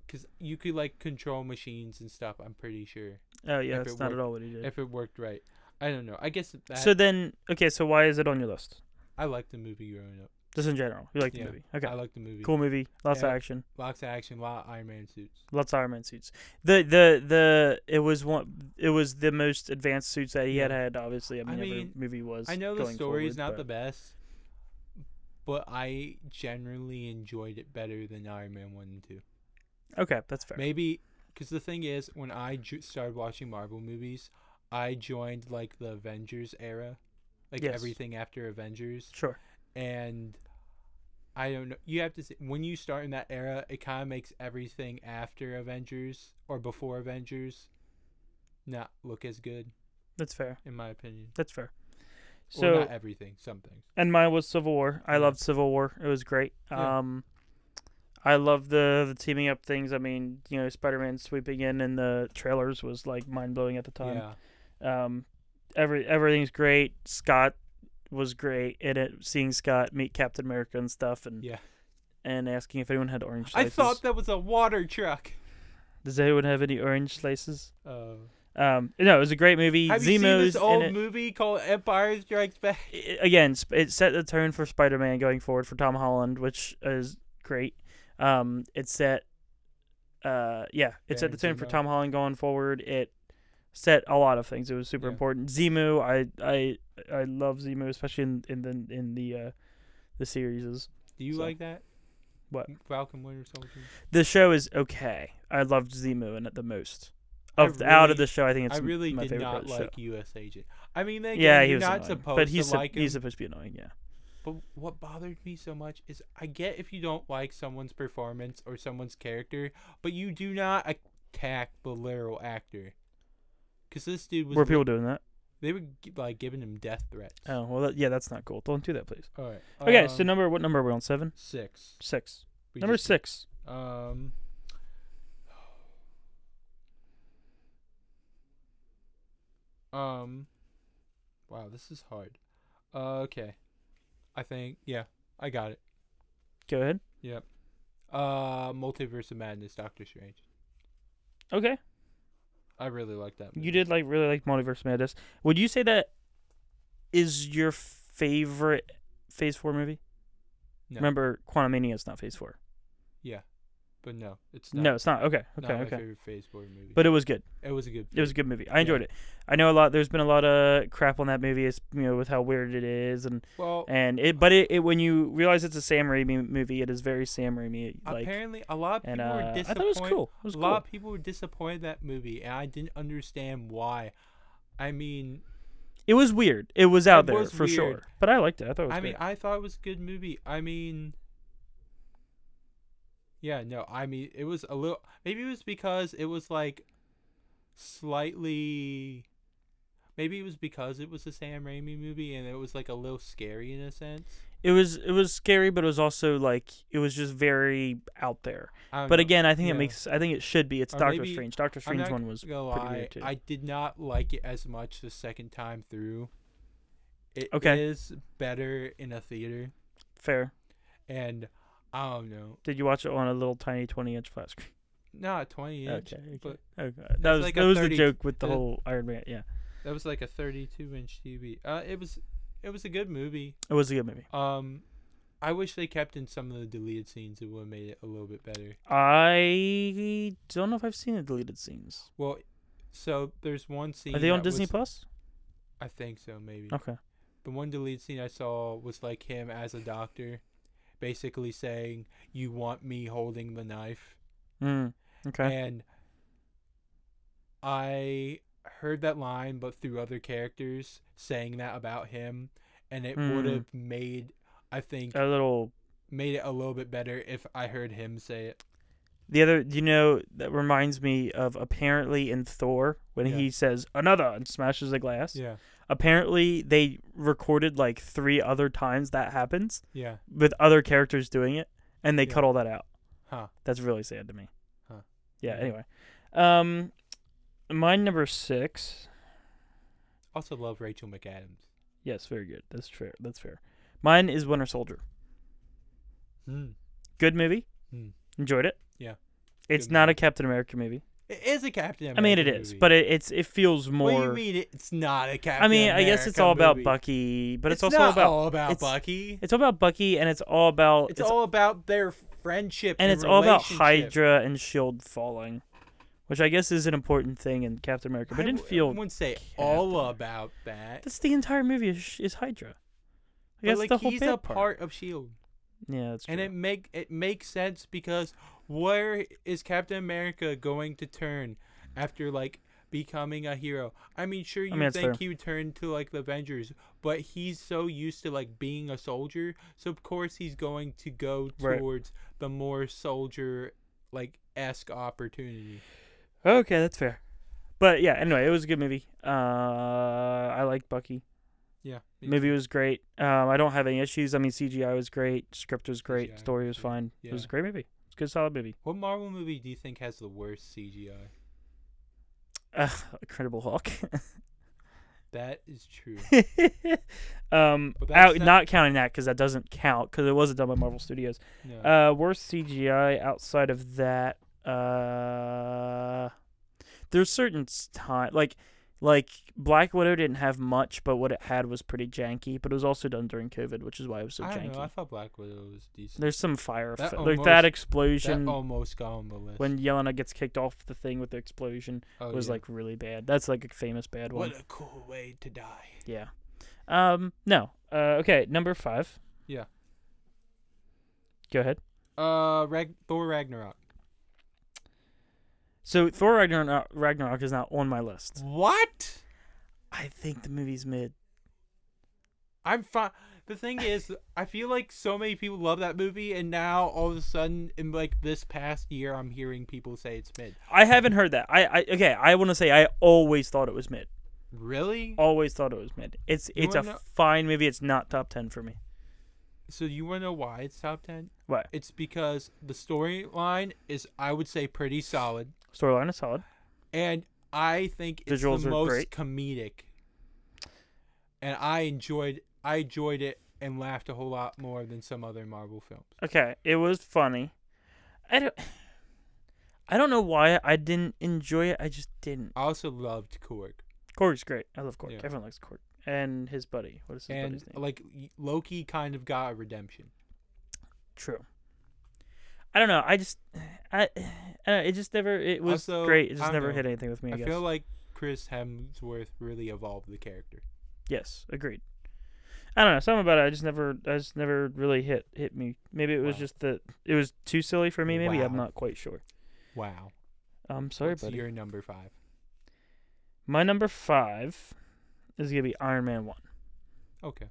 Speaker 1: because you could like control machines and stuff. I'm pretty sure
Speaker 2: oh yeah,
Speaker 1: If
Speaker 2: that's
Speaker 1: it
Speaker 2: not at
Speaker 1: worked-
Speaker 2: all what he did.
Speaker 1: if it worked right. I don't know. I guess that
Speaker 2: so then, okay, so why is it on your list?
Speaker 1: I liked the movie growing up.
Speaker 2: Just in general, you like the
Speaker 1: Yeah,
Speaker 2: movie? Okay,
Speaker 1: I liked the movie.
Speaker 2: cool movie, lots
Speaker 1: Yeah.
Speaker 2: of action.
Speaker 1: Lots of action, a lot of Iron Man suits.
Speaker 2: Lots of Iron Man suits. The the the it was one. It was the most advanced suits that he had
Speaker 1: Yeah.
Speaker 2: had. Obviously, I mean,
Speaker 1: I
Speaker 2: every
Speaker 1: mean,
Speaker 2: movie was.
Speaker 1: I know the
Speaker 2: going
Speaker 1: story is
Speaker 2: forward,
Speaker 1: not the
Speaker 2: but-
Speaker 1: best, but I generally enjoyed it better than Iron Man 1 and 2.
Speaker 2: Okay, that's fair.
Speaker 1: Maybe because the thing is, when I ju- started watching Marvel movies, I joined like the Avengers era, like
Speaker 2: Yes.
Speaker 1: everything after Avengers,
Speaker 2: Sure.
Speaker 1: and I don't know. You have to see, when you start in that era, it kind of makes everything after Avengers or before Avengers not look as good,
Speaker 2: That's fair.
Speaker 1: in my opinion.
Speaker 2: That's fair.
Speaker 1: So
Speaker 2: So
Speaker 1: not everything, some things.
Speaker 2: and mine was Civil War. I
Speaker 1: Yeah.
Speaker 2: loved Civil War. It was great.
Speaker 1: Yeah.
Speaker 2: Um, I love the the teaming up things. I mean, you know, Spider Man sweeping in in the trailers was like mind blowing at the time.
Speaker 1: Yeah.
Speaker 2: Um, every everything's great. Scott was great in it. Seeing Scott meet Captain America and stuff, and
Speaker 1: Yeah.
Speaker 2: and asking if anyone had orange.
Speaker 1: I
Speaker 2: Slices.
Speaker 1: thought that was a water truck.
Speaker 2: Does anyone have any orange slices?
Speaker 1: Oh.
Speaker 2: Um, no, it was a great movie.
Speaker 1: Have
Speaker 2: Zemo's
Speaker 1: you seen this
Speaker 2: in
Speaker 1: old
Speaker 2: it.
Speaker 1: movie called Empire Strikes Back? <laughs>
Speaker 2: I- Again, sp- it set the tone for Spider-Man going forward for Tom Holland, which is great. Um, it set, uh, yeah, it set the tone for
Speaker 1: Tarantino.
Speaker 2: Tom Holland going forward. It set a lot of things. It was super
Speaker 1: Yeah.
Speaker 2: important. Zemo, I, I, I love Zemo, especially in in the in the uh, the series.
Speaker 1: Do you
Speaker 2: So-
Speaker 1: like that?
Speaker 2: What?
Speaker 1: Falcon Winter Soldier?
Speaker 2: The show is okay. I loved Zemo in it the most.
Speaker 1: I
Speaker 2: Of the- out of
Speaker 1: really-
Speaker 2: the show, I think it's
Speaker 1: I
Speaker 2: m-
Speaker 1: really
Speaker 2: my
Speaker 1: did
Speaker 2: favorite part
Speaker 1: not
Speaker 2: of the show.
Speaker 1: like U.S. Agent. I mean, again,
Speaker 2: yeah, he
Speaker 1: you're
Speaker 2: was
Speaker 1: not
Speaker 2: annoying,
Speaker 1: supposed
Speaker 2: but he's
Speaker 1: to
Speaker 2: sup-
Speaker 1: like him.
Speaker 2: he's supposed to be annoying. Yeah,
Speaker 1: but what bothered me so much is I get if you don't like someone's performance or someone's character, but you do not attack the literal actor. Because this dude was
Speaker 2: were
Speaker 1: lit-
Speaker 2: people doing that?
Speaker 1: They were gi- like giving him death threats.
Speaker 2: Oh well, that, yeah, that's not cool. Don't do that, please.
Speaker 1: All right.
Speaker 2: Okay, so
Speaker 1: um,
Speaker 2: number what number are we on? Seven,
Speaker 1: six.
Speaker 2: six.
Speaker 1: We
Speaker 2: number
Speaker 1: just-
Speaker 2: six.
Speaker 1: Um. Um. Wow, this is hard. Uh, okay. I think yeah, I got it.
Speaker 2: Go ahead.
Speaker 1: Yep. Uh, Multiverse of Madness, Doctor Strange.
Speaker 2: Okay,
Speaker 1: I really like that. Movie.
Speaker 2: you did like really like Multiverse of Madness. Would you say that is your favorite Phase Four movie?
Speaker 1: No.
Speaker 2: Remember, Quantumania is not Phase Four.
Speaker 1: but no, it's
Speaker 2: No,
Speaker 1: not.
Speaker 2: it's not. Okay, okay,
Speaker 1: not my
Speaker 2: okay.
Speaker 1: favorite Phase Four movie.
Speaker 2: But it was good.
Speaker 1: it was a good.
Speaker 2: It was a good movie. I enjoyed it. I know a lot. There's been a lot of crap on that movie. It's you know with how weird it is and
Speaker 1: Well,
Speaker 2: and it. But it, it when you realize it's a Sam Raimi movie, it is very Sam Raimi like.
Speaker 1: apparently a lot of people
Speaker 2: And uh,
Speaker 1: were
Speaker 2: I
Speaker 1: disappointed.
Speaker 2: thought it was cool. It was
Speaker 1: a
Speaker 2: cool.
Speaker 1: lot of people were disappointed in that movie, and I didn't understand why. I mean,
Speaker 2: It was weird. It was out
Speaker 1: It
Speaker 2: there
Speaker 1: was
Speaker 2: for sure.
Speaker 1: weird.
Speaker 2: But I liked it. I thought it was
Speaker 1: I
Speaker 2: good.
Speaker 1: mean, I thought it was a good movie. I mean, yeah, no, I mean, it was a little. Maybe it was because it was like slightly. Maybe it was because it was a Sam Raimi movie and it was like a little scary in a sense.
Speaker 2: it was it was scary, but it was also like it was just very out there.
Speaker 1: I don't
Speaker 2: But
Speaker 1: know.
Speaker 2: again, I think
Speaker 1: Yeah.
Speaker 2: it makes I think it should be. It's
Speaker 1: Or
Speaker 2: Doctor
Speaker 1: maybe-
Speaker 2: Strange. Doctor
Speaker 1: I'm
Speaker 2: Strange
Speaker 1: not
Speaker 2: one was pretty
Speaker 1: gonna lie,
Speaker 2: weird too.
Speaker 1: I did not like it as much the second time through. It is
Speaker 2: Okay.
Speaker 1: better in a theater,
Speaker 2: Fair.
Speaker 1: and I don't know,
Speaker 2: Did you watch it on a little tiny twenty inch flat screen?
Speaker 1: not twenty inch,
Speaker 2: <laughs> okay. okay.
Speaker 1: but
Speaker 2: okay. That
Speaker 1: that's
Speaker 2: was
Speaker 1: like
Speaker 2: that
Speaker 1: a
Speaker 2: was
Speaker 1: 30
Speaker 2: the joke with the
Speaker 1: uh,
Speaker 2: whole Iron Man. Yeah,
Speaker 1: that was like a thirty-two inch TV. Uh, it was, it was a good movie.
Speaker 2: it was a good movie.
Speaker 1: Um, I wish they kept in some of the deleted scenes. It would have made it a little bit better.
Speaker 2: I don't know if I've seen the deleted scenes.
Speaker 1: Well, so there's one scene.
Speaker 2: Are they on
Speaker 1: that
Speaker 2: Disney Oh.
Speaker 1: was-
Speaker 2: Plus?
Speaker 1: I think so, maybe.
Speaker 2: Okay.
Speaker 1: The one deleted scene I saw was like him as a doctor, basically saying, "You want me holding the knife,"
Speaker 2: Mm. Okay.
Speaker 1: and I heard that line, but through other characters saying that about him, and it would
Speaker 2: Hmm.
Speaker 1: have made, I think,
Speaker 2: a little
Speaker 1: made it a little bit better if I heard him say it.
Speaker 2: The other, you know, that reminds me of apparently in Thor when
Speaker 1: Yeah.
Speaker 2: he says another and smashes the glass.
Speaker 1: Yeah,
Speaker 2: Apparently, they recorded like three other times that happens
Speaker 1: yeah,
Speaker 2: with other characters doing it, and they
Speaker 1: Yeah.
Speaker 2: cut all that out.
Speaker 1: huh?
Speaker 2: That's really sad to me.
Speaker 1: Huh.
Speaker 2: Yeah.
Speaker 1: Yeah.
Speaker 2: Anyway, um, my number six.
Speaker 1: Also love Rachel McAdams.
Speaker 2: Yes, very good. That's fair. That's fair. Mine is Winter Soldier.
Speaker 1: Hmm.
Speaker 2: Good movie.
Speaker 1: Hmm.
Speaker 2: Enjoyed it.
Speaker 1: Yeah.
Speaker 2: It's
Speaker 1: Good
Speaker 2: not a Captain America movie.
Speaker 1: It is a Captain. America
Speaker 2: I mean, it is,
Speaker 1: movie.
Speaker 2: but it, it's it feels more.
Speaker 1: What do you mean it's not a Captain?
Speaker 2: I mean, I guess it's
Speaker 1: America
Speaker 2: all about
Speaker 1: movie?
Speaker 2: Bucky, but it's,
Speaker 1: it's
Speaker 2: also
Speaker 1: not
Speaker 2: about
Speaker 1: all about
Speaker 2: it's-
Speaker 1: Bucky.
Speaker 2: it's all about Bucky, and it's all about
Speaker 1: It's, all about their friendship
Speaker 2: and
Speaker 1: and
Speaker 2: it's all about
Speaker 1: relationship.
Speaker 2: Hydra and Shield E falling, which I guess is an important thing in Captain America, but
Speaker 1: I
Speaker 2: it didn't
Speaker 1: w-
Speaker 2: feel
Speaker 1: I wouldn't say all about that.
Speaker 2: that's the entire movie is, sh- is Hydra. I
Speaker 1: But,
Speaker 2: guess
Speaker 1: like
Speaker 2: the whole
Speaker 1: he's
Speaker 2: bad
Speaker 1: a part of Shield,
Speaker 2: Yeah, that's true.
Speaker 1: and it make it makes sense because where is Captain America going to turn after like becoming a hero? I mean, sure you
Speaker 2: mean, it's
Speaker 1: think
Speaker 2: fair.
Speaker 1: he would turn to like the Avengers, but he's so used to like being a soldier, so of course he's going to go
Speaker 2: Right.
Speaker 1: towards the more soldier like esque opportunity.
Speaker 2: okay, that's fair. But yeah, anyway, it was a good movie. Uh, I liked Bucky.
Speaker 1: Yeah, me
Speaker 2: Movie was great. Um, I don't have any issues. I mean, CGI was great. Script was great.
Speaker 1: CGI
Speaker 2: Story was
Speaker 1: was great.
Speaker 2: fine. It was
Speaker 1: Yeah.
Speaker 2: a great movie. It's a good, solid movie.
Speaker 1: What Marvel movie do you think has the worst CGI?
Speaker 2: Uh, Incredible Hulk.
Speaker 1: That is true.
Speaker 2: <laughs> um,
Speaker 1: But that's
Speaker 2: out,
Speaker 1: not-
Speaker 2: not, counting that because that doesn't count because it wasn't done by Marvel Studios.
Speaker 1: No.
Speaker 2: Uh, worst CGI outside of that. Uh, there's certain time like like Black Widow didn't have much, but what it had was pretty janky. But it was also done during COVID, which is why it was so
Speaker 1: I
Speaker 2: janky.
Speaker 1: don't know. I thought Black Widow was decent.
Speaker 2: There's some fire
Speaker 1: That
Speaker 2: effect-
Speaker 1: almost-
Speaker 2: like that
Speaker 1: That
Speaker 2: explosion
Speaker 1: almost got on the list.
Speaker 2: when Yelena gets kicked off the thing with the explosion
Speaker 1: Oh,
Speaker 2: was
Speaker 1: yeah.
Speaker 2: like really bad. That's like a famous bad one.
Speaker 1: what a cool way to die.
Speaker 2: Yeah. Um. No. Uh. Okay. Number five.
Speaker 1: Yeah.
Speaker 2: Go ahead.
Speaker 1: Uh, Rag- Thor Ragnarok.
Speaker 2: So Thor Ragnarok, Ragnarok is not on my list.
Speaker 1: What?
Speaker 2: I think the movie's mid.
Speaker 1: I'm fine. The thing is, I feel like so many people love that movie, and now all of a sudden, in like this past year, I'm hearing people say it's mid.
Speaker 2: I haven't heard that. I. I okay. I want to say I always thought it was mid.
Speaker 1: Really?
Speaker 2: Always thought it was mid. It's
Speaker 1: You
Speaker 2: it's a
Speaker 1: wanna know-
Speaker 2: fine movie. It's not top ten for me.
Speaker 1: So you want to know why it's top 10?
Speaker 2: What
Speaker 1: It's because the storyline is, I would say, pretty solid.
Speaker 2: storyline is solid.
Speaker 1: And I think it's
Speaker 2: Visuals
Speaker 1: the
Speaker 2: are
Speaker 1: most
Speaker 2: great.
Speaker 1: comedic. And I enjoyed I enjoyed it and laughed a whole lot more than some other Marvel films.
Speaker 2: Okay, it was funny. I don't. <sighs> I don't know why I didn't enjoy it. I just didn't.
Speaker 1: I also loved Korg.
Speaker 2: Korg's great. I love Korg.
Speaker 1: Yeah.
Speaker 2: Everyone likes Korg. And his buddy. What is his
Speaker 1: and
Speaker 2: buddy's name?
Speaker 1: like y- Loki kind of got a redemption.
Speaker 2: True. I don't know. I just, I, I don't know, it just never. It was
Speaker 1: Also,
Speaker 2: great. It
Speaker 1: I
Speaker 2: just
Speaker 1: don't
Speaker 2: never
Speaker 1: know.
Speaker 2: hit anything with me. I,
Speaker 1: I
Speaker 2: guess.
Speaker 1: feel like Chris Hemsworth really evolved the character.
Speaker 2: yes, agreed. I don't know. Something about it. I just never. I just never really hit hit me. Maybe it was
Speaker 1: Wow.
Speaker 2: just that it was too silly for me. Maybe I'm
Speaker 1: Wow.
Speaker 2: not quite sure.
Speaker 1: Wow.
Speaker 2: I'm sorry,
Speaker 1: What's
Speaker 2: buddy.
Speaker 1: your number five?
Speaker 2: My number five is gonna be Iron Man one.
Speaker 1: Okay.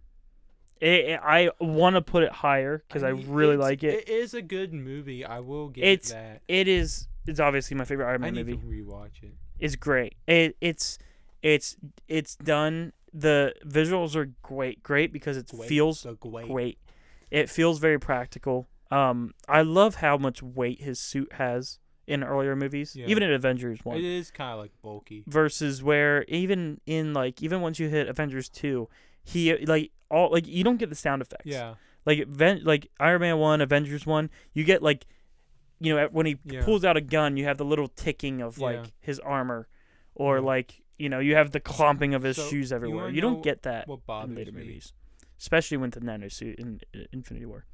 Speaker 2: It, I want to put it higher because I,
Speaker 1: mean,
Speaker 2: really
Speaker 1: it's-
Speaker 2: like it.
Speaker 1: It is a good movie. I will give
Speaker 2: It's
Speaker 1: it that.
Speaker 2: It is. It's obviously my favorite Iron
Speaker 1: I
Speaker 2: Man
Speaker 1: need
Speaker 2: movie.
Speaker 1: to rewatch it.
Speaker 2: is great. It it's it's it's done. The visuals are great, great because it
Speaker 1: Gwei-
Speaker 2: feels
Speaker 1: the Gwei.
Speaker 2: great. It feels very practical. Um, I love how much weight his suit has in earlier movies,
Speaker 1: Yeah.
Speaker 2: even in Avengers one.
Speaker 1: It is kind of like bulky.
Speaker 2: Versus where even in like even once you hit Avengers two, he like all like you don't get the sound effects.
Speaker 1: Yeah.
Speaker 2: Like Ven- like Iron Man one, Avengers one, you get like, you know, when he
Speaker 1: Yeah.
Speaker 2: pulls out a gun, you have the little ticking of like
Speaker 1: Yeah.
Speaker 2: his armor, or
Speaker 1: Yeah.
Speaker 2: like you know, you have the clomping of his
Speaker 1: So,
Speaker 2: shoes
Speaker 1: you
Speaker 2: everywhere.
Speaker 1: wanna
Speaker 2: You,
Speaker 1: know
Speaker 2: don't get that
Speaker 1: What
Speaker 2: in
Speaker 1: bothers
Speaker 2: later
Speaker 1: me?
Speaker 2: movies, especially with the nano suit in uh, Infinity War.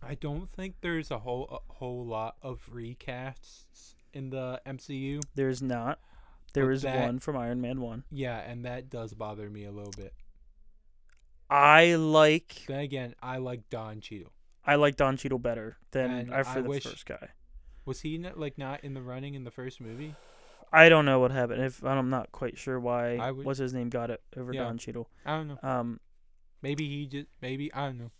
Speaker 1: I don't think there's a whole a whole lot of recasts in the MCU.
Speaker 2: There is not. There
Speaker 1: But
Speaker 2: is
Speaker 1: that-
Speaker 2: one from Iron Man one.
Speaker 1: Yeah, and that does bother me a little bit.
Speaker 2: I like
Speaker 1: Then again, I like Don Cheadle.
Speaker 2: I like Don Cheadle better than
Speaker 1: And
Speaker 2: I, for
Speaker 1: I
Speaker 2: the
Speaker 1: wish-
Speaker 2: first guy.
Speaker 1: Was he not, like not in the running in the first movie?
Speaker 2: I don't know what happened. If I'm not quite sure why
Speaker 1: I would-
Speaker 2: what's his name got it over
Speaker 1: Yeah.
Speaker 2: Don Cheadle.
Speaker 1: I don't know.
Speaker 2: Um,
Speaker 1: Maybe he just maybe I don't know.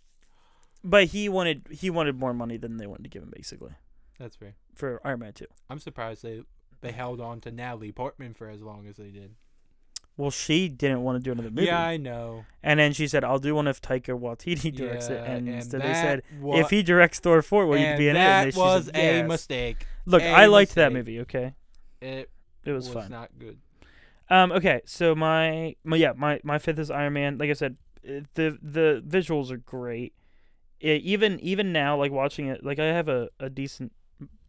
Speaker 2: But he wanted he wanted more money than they wanted to give him basically
Speaker 1: That's fair.
Speaker 2: for Iron Man two.
Speaker 1: I'm surprised they they held on to Natalie Portman for as long as they did.
Speaker 2: Well, she didn't want to do another movie,
Speaker 1: Yeah, I know.
Speaker 2: and then she said, "I'll do one if Taika Waititi directs it."
Speaker 1: Yeah,
Speaker 2: And,
Speaker 1: and
Speaker 2: instead they
Speaker 1: that
Speaker 2: said,
Speaker 1: wa-
Speaker 2: "If he directs Thor four, will you
Speaker 1: And
Speaker 2: be in it?"
Speaker 1: that
Speaker 2: And they- she
Speaker 1: was
Speaker 2: said,
Speaker 1: a
Speaker 2: "Yes."
Speaker 1: mistake.
Speaker 2: Look,
Speaker 1: a
Speaker 2: I liked that
Speaker 1: mistake.
Speaker 2: movie. Okay,
Speaker 1: It
Speaker 2: it was,
Speaker 1: was,
Speaker 2: fun.
Speaker 1: not good.
Speaker 2: um, okay, so my, my yeah my my fifth is Iron Man. Like I said, it- the the visuals are great. It, even even now, like watching it, like I have a, a decent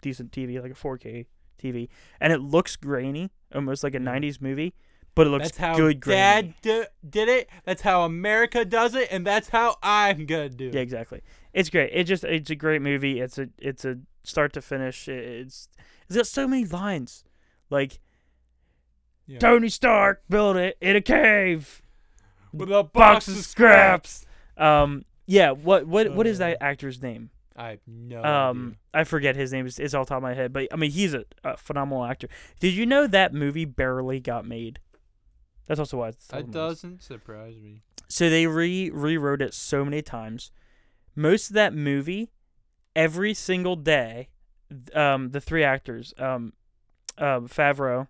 Speaker 2: decent TV, like a 4K TV, and it looks grainy, almost like a 90s movie, but it looks
Speaker 1: Mm-hmm. that's how
Speaker 2: good grainy.
Speaker 1: Dad d- did it. That's how America does it, and that's how I'm gonna do it.
Speaker 2: Yeah, exactly. It's great. It just it's a great movie. It's a it's a start to finish. It- It's it's got so many lines, like
Speaker 1: Yeah.
Speaker 2: Tony Stark built it in a cave.
Speaker 1: With a
Speaker 2: box of scraps. Um, yeah. What what what is
Speaker 1: Uh.
Speaker 2: that actor's name?
Speaker 1: I have no
Speaker 2: Um, I forget his name. It's, it's all top of my head, but I mean he's a, a phenomenal actor. Did you know that movie barely got made? That's also why it's top
Speaker 1: idea.
Speaker 2: of
Speaker 1: That
Speaker 2: my list.
Speaker 1: doesn't surprise me.
Speaker 2: So they re rewrote it so many times. Most of that movie, every single day, th- um, the three actors, um, um, Favreau,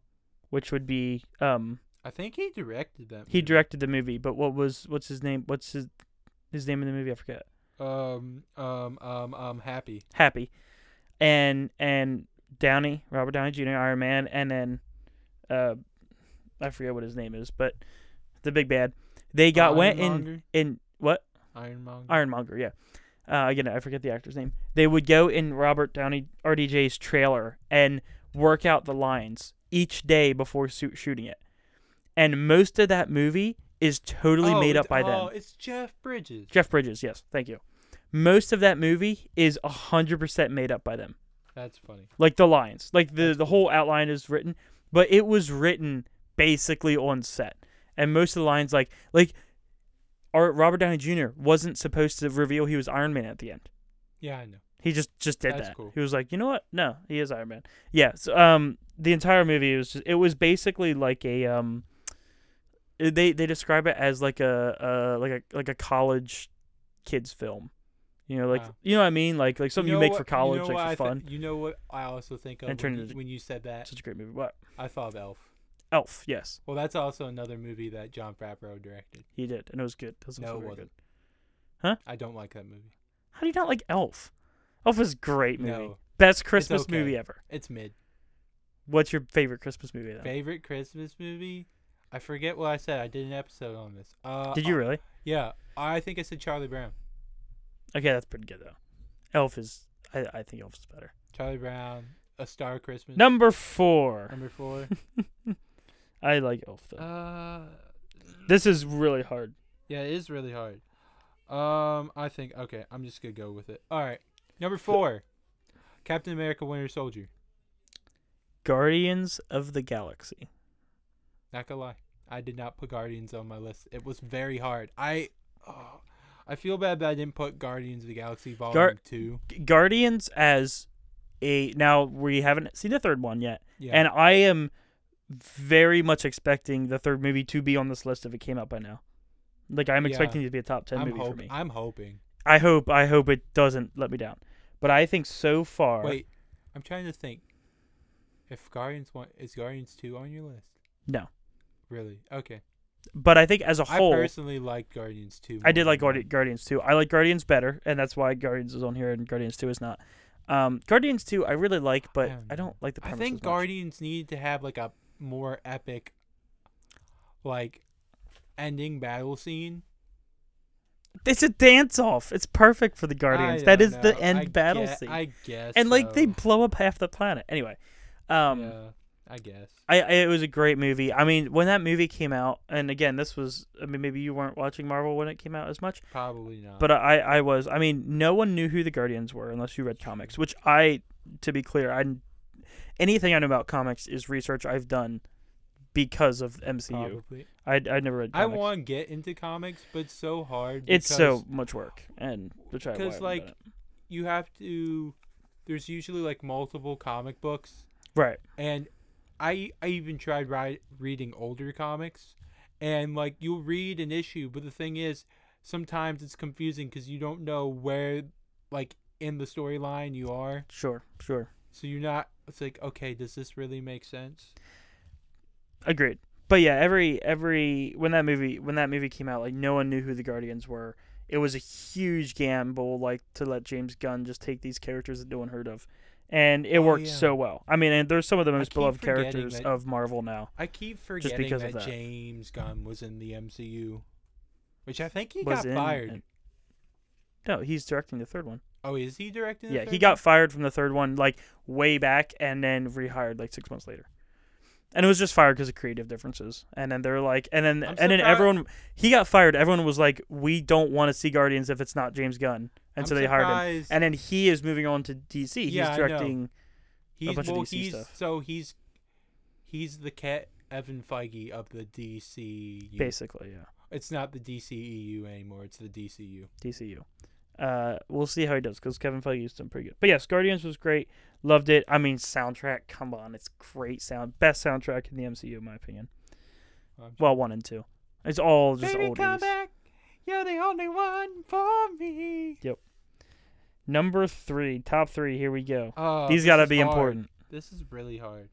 Speaker 2: which would be um,
Speaker 1: I think he directed that.
Speaker 2: he
Speaker 1: movie.
Speaker 2: directed the movie, but what was what's his name? What's his his name in the movie? I forget.
Speaker 1: Um, um, um, um, happy.
Speaker 2: Happy, and and Downey, Robert Downey Jr., Iron Man, and then uh, I forget what his name is, but the big bad. They got went in
Speaker 1: Ironmonger?
Speaker 2: in what
Speaker 1: Ironmonger. Monger.
Speaker 2: Ironmonger, yeah. Uh, again, I forget the actor's name. They would go in Robert Downey RDJ's trailer and work out the lines each day before su- shooting it. And most of that movie is totally made up by
Speaker 1: oh,
Speaker 2: them.
Speaker 1: it's Jeff Bridges.
Speaker 2: Jeff Bridges, yes, thank you. Most of that movie is 100% made up by them.
Speaker 1: That's funny.
Speaker 2: Like the lines, like the, the whole outline is written, but it was written basically on set. And most of the lines, like, like, our Robert Downey Jr. wasn't supposed to reveal he was Iron Man at the end.
Speaker 1: Yeah, I know.
Speaker 2: He just just did
Speaker 1: That's
Speaker 2: that.
Speaker 1: cool.
Speaker 2: He was like, you know what? No, he is Iron Man. Yeah. So, um, the entire movie was just, it was basically like a um, they they describe it as like a uh like a like a college kids film. You know, like
Speaker 1: Wow.
Speaker 2: you know what I mean, like like something you,
Speaker 1: know
Speaker 2: make
Speaker 1: what-
Speaker 2: for college,
Speaker 1: know what
Speaker 2: like
Speaker 1: I
Speaker 2: for
Speaker 1: thi-
Speaker 2: fun.
Speaker 1: you know what I also think of
Speaker 2: And turn
Speaker 1: when
Speaker 2: it
Speaker 1: you,
Speaker 2: into-
Speaker 1: when you said that?
Speaker 2: Such a great movie. What?
Speaker 1: I thought of Elf.
Speaker 2: Elf, yes,
Speaker 1: Well, that's also another movie that John Favreau directed.
Speaker 2: he did, and it was good. Doesn't
Speaker 1: No, it
Speaker 2: feel very
Speaker 1: wasn't.
Speaker 2: good. Huh?
Speaker 1: I don't like that movie.
Speaker 2: How do you not like Elf? Elf is a great movie.
Speaker 1: No.
Speaker 2: Best Christmas
Speaker 1: okay.
Speaker 2: movie ever.
Speaker 1: It's mid.
Speaker 2: What's your favorite Christmas movie then?
Speaker 1: Favorite Christmas movie? I forget what I said. I did an episode on this. Uh,
Speaker 2: Did you really?
Speaker 1: Yeah, I think I said Charlie Brown.
Speaker 2: Okay, that's pretty good though. Elf is I, I think Elf is better.
Speaker 1: Charlie Brown, A Star Christmas.
Speaker 2: Number four.
Speaker 1: Number
Speaker 2: <laughs>
Speaker 1: four.
Speaker 2: I like Elf though.
Speaker 1: uh,
Speaker 2: this is really hard.
Speaker 1: yeah, it is really hard. Um, I think okay, I'm just gonna go with it. All right, number four, Captain America: Winter Soldier.
Speaker 2: Guardians of the Galaxy.
Speaker 1: Not gonna lie, I did not put Guardians on my list. It was very hard. I, oh, I feel bad that I didn't put Guardians of the Galaxy Volume Two.
Speaker 2: G- Guardians as a now we haven't seen the third one yet.
Speaker 1: Yeah,
Speaker 2: And I am very much expecting the third movie to be on this list if it came out by now. Like I'm
Speaker 1: Yeah.
Speaker 2: expecting it to be a top 10
Speaker 1: I'm
Speaker 2: movie for
Speaker 1: hoping.
Speaker 2: me.
Speaker 1: I'm hoping.
Speaker 2: I hope I hope it doesn't let me down. But I think so far
Speaker 1: Wait, I'm trying to think. If Guardians one is Guardians two on your list?
Speaker 2: no.
Speaker 1: Really? Okay.
Speaker 2: But I think as a whole
Speaker 1: I personally like Guardians two.
Speaker 2: I did
Speaker 1: more
Speaker 2: like
Speaker 1: than
Speaker 2: Guardi- Guardians 2. I like Guardians better, and that's why Guardians is on here and Guardians 2 is not. Um, Guardians 2 I really like, but I
Speaker 1: don't
Speaker 2: don't,
Speaker 1: know.
Speaker 2: like the
Speaker 1: I
Speaker 2: premise.
Speaker 1: think
Speaker 2: as much.
Speaker 1: Guardians need to have like a more epic, like, ending battle scene.
Speaker 2: It's a dance off. It's perfect for the Guardians.
Speaker 1: I
Speaker 2: That
Speaker 1: don't
Speaker 2: is the
Speaker 1: know.
Speaker 2: end
Speaker 1: I
Speaker 2: battle
Speaker 1: gue-
Speaker 2: scene.
Speaker 1: I guess.
Speaker 2: and like they
Speaker 1: so.
Speaker 2: blow up half the planet. Anyway, um,
Speaker 1: yeah, I guess.
Speaker 2: I, I it was a great movie. I mean, when that movie came out, and again, this was I mean maybe you weren't watching Marvel when it came out as much,
Speaker 1: Probably not.
Speaker 2: but I I was. I mean, no one knew who the Guardians were unless you read comics, which I to be clear, I anything I know about comics is research I've done because of MCU.
Speaker 1: probably.
Speaker 2: I I never read.
Speaker 1: Um, I
Speaker 2: Comics.
Speaker 1: want to get into comics, but it's so hard.
Speaker 2: It's
Speaker 1: because
Speaker 2: so much work, and which I why I
Speaker 1: because,
Speaker 2: haven't
Speaker 1: like,
Speaker 2: done it.
Speaker 1: you have to. There's usually like multiple comic books,
Speaker 2: right.
Speaker 1: and I I even tried ri- reading older comics, and like you'll read an issue, but the thing is, sometimes it's confusing because you don't know where, like in the storyline you are,
Speaker 2: Sure, sure,
Speaker 1: so you're not. It's like okay, does this really make sense?
Speaker 2: agreed. But yeah, every every when that movie when that movie came out, like no one knew who the Guardians were. It was a huge gamble, like to let James Gunn just take these characters that no one heard of, and it
Speaker 1: Oh,
Speaker 2: worked
Speaker 1: yeah.
Speaker 2: so well. I mean, and they're some of the most
Speaker 1: keep
Speaker 2: beloved
Speaker 1: forgetting
Speaker 2: characters
Speaker 1: that-
Speaker 2: of Marvel now.
Speaker 1: I keep forgetting
Speaker 2: because
Speaker 1: that,
Speaker 2: of that.
Speaker 1: James Gunn was in the MCU, which I think he
Speaker 2: was
Speaker 1: got
Speaker 2: in
Speaker 1: fired.
Speaker 2: and- no, he's directing the third one.
Speaker 1: oh, is he directing? the
Speaker 2: yeah, he
Speaker 1: third
Speaker 2: got fired from the third one like way back and then rehired like 6 months later. And it was just fired because of creative differences. And then they're like, and then
Speaker 1: I'm
Speaker 2: and then
Speaker 1: surpri-
Speaker 2: everyone he got fired. Everyone was like, we don't want to see Guardians if it's not James Gunn, and
Speaker 1: I'm
Speaker 2: so they hired him.
Speaker 1: surprised-
Speaker 2: And then he is moving on to DC.
Speaker 1: Yeah, I
Speaker 2: he's
Speaker 1: know.
Speaker 2: directing.
Speaker 1: He's
Speaker 2: bunch of
Speaker 1: well,
Speaker 2: DC
Speaker 1: he's
Speaker 2: stuff.
Speaker 1: so he's he's the cat Evan Feige of the DCU.
Speaker 2: Basically, yeah,
Speaker 1: It's not the DCEU anymore. It's the DCU.
Speaker 2: DCU. Uh, we'll see how he does because Kevin Feige is doing pretty good. But yes, Guardians was great. Loved it. I mean, soundtrack. Come on, it's great sound. Best soundtrack in the MCU, in my opinion.
Speaker 1: I'm
Speaker 2: Well, one and two. It's all just
Speaker 1: Baby, come
Speaker 2: oldies.
Speaker 1: back. You're the only one for me.
Speaker 2: Number three, top three. Here we go.
Speaker 1: Oh,
Speaker 2: These
Speaker 1: this
Speaker 2: got to
Speaker 1: is
Speaker 2: be
Speaker 1: hard.
Speaker 2: important.
Speaker 1: This is really hard.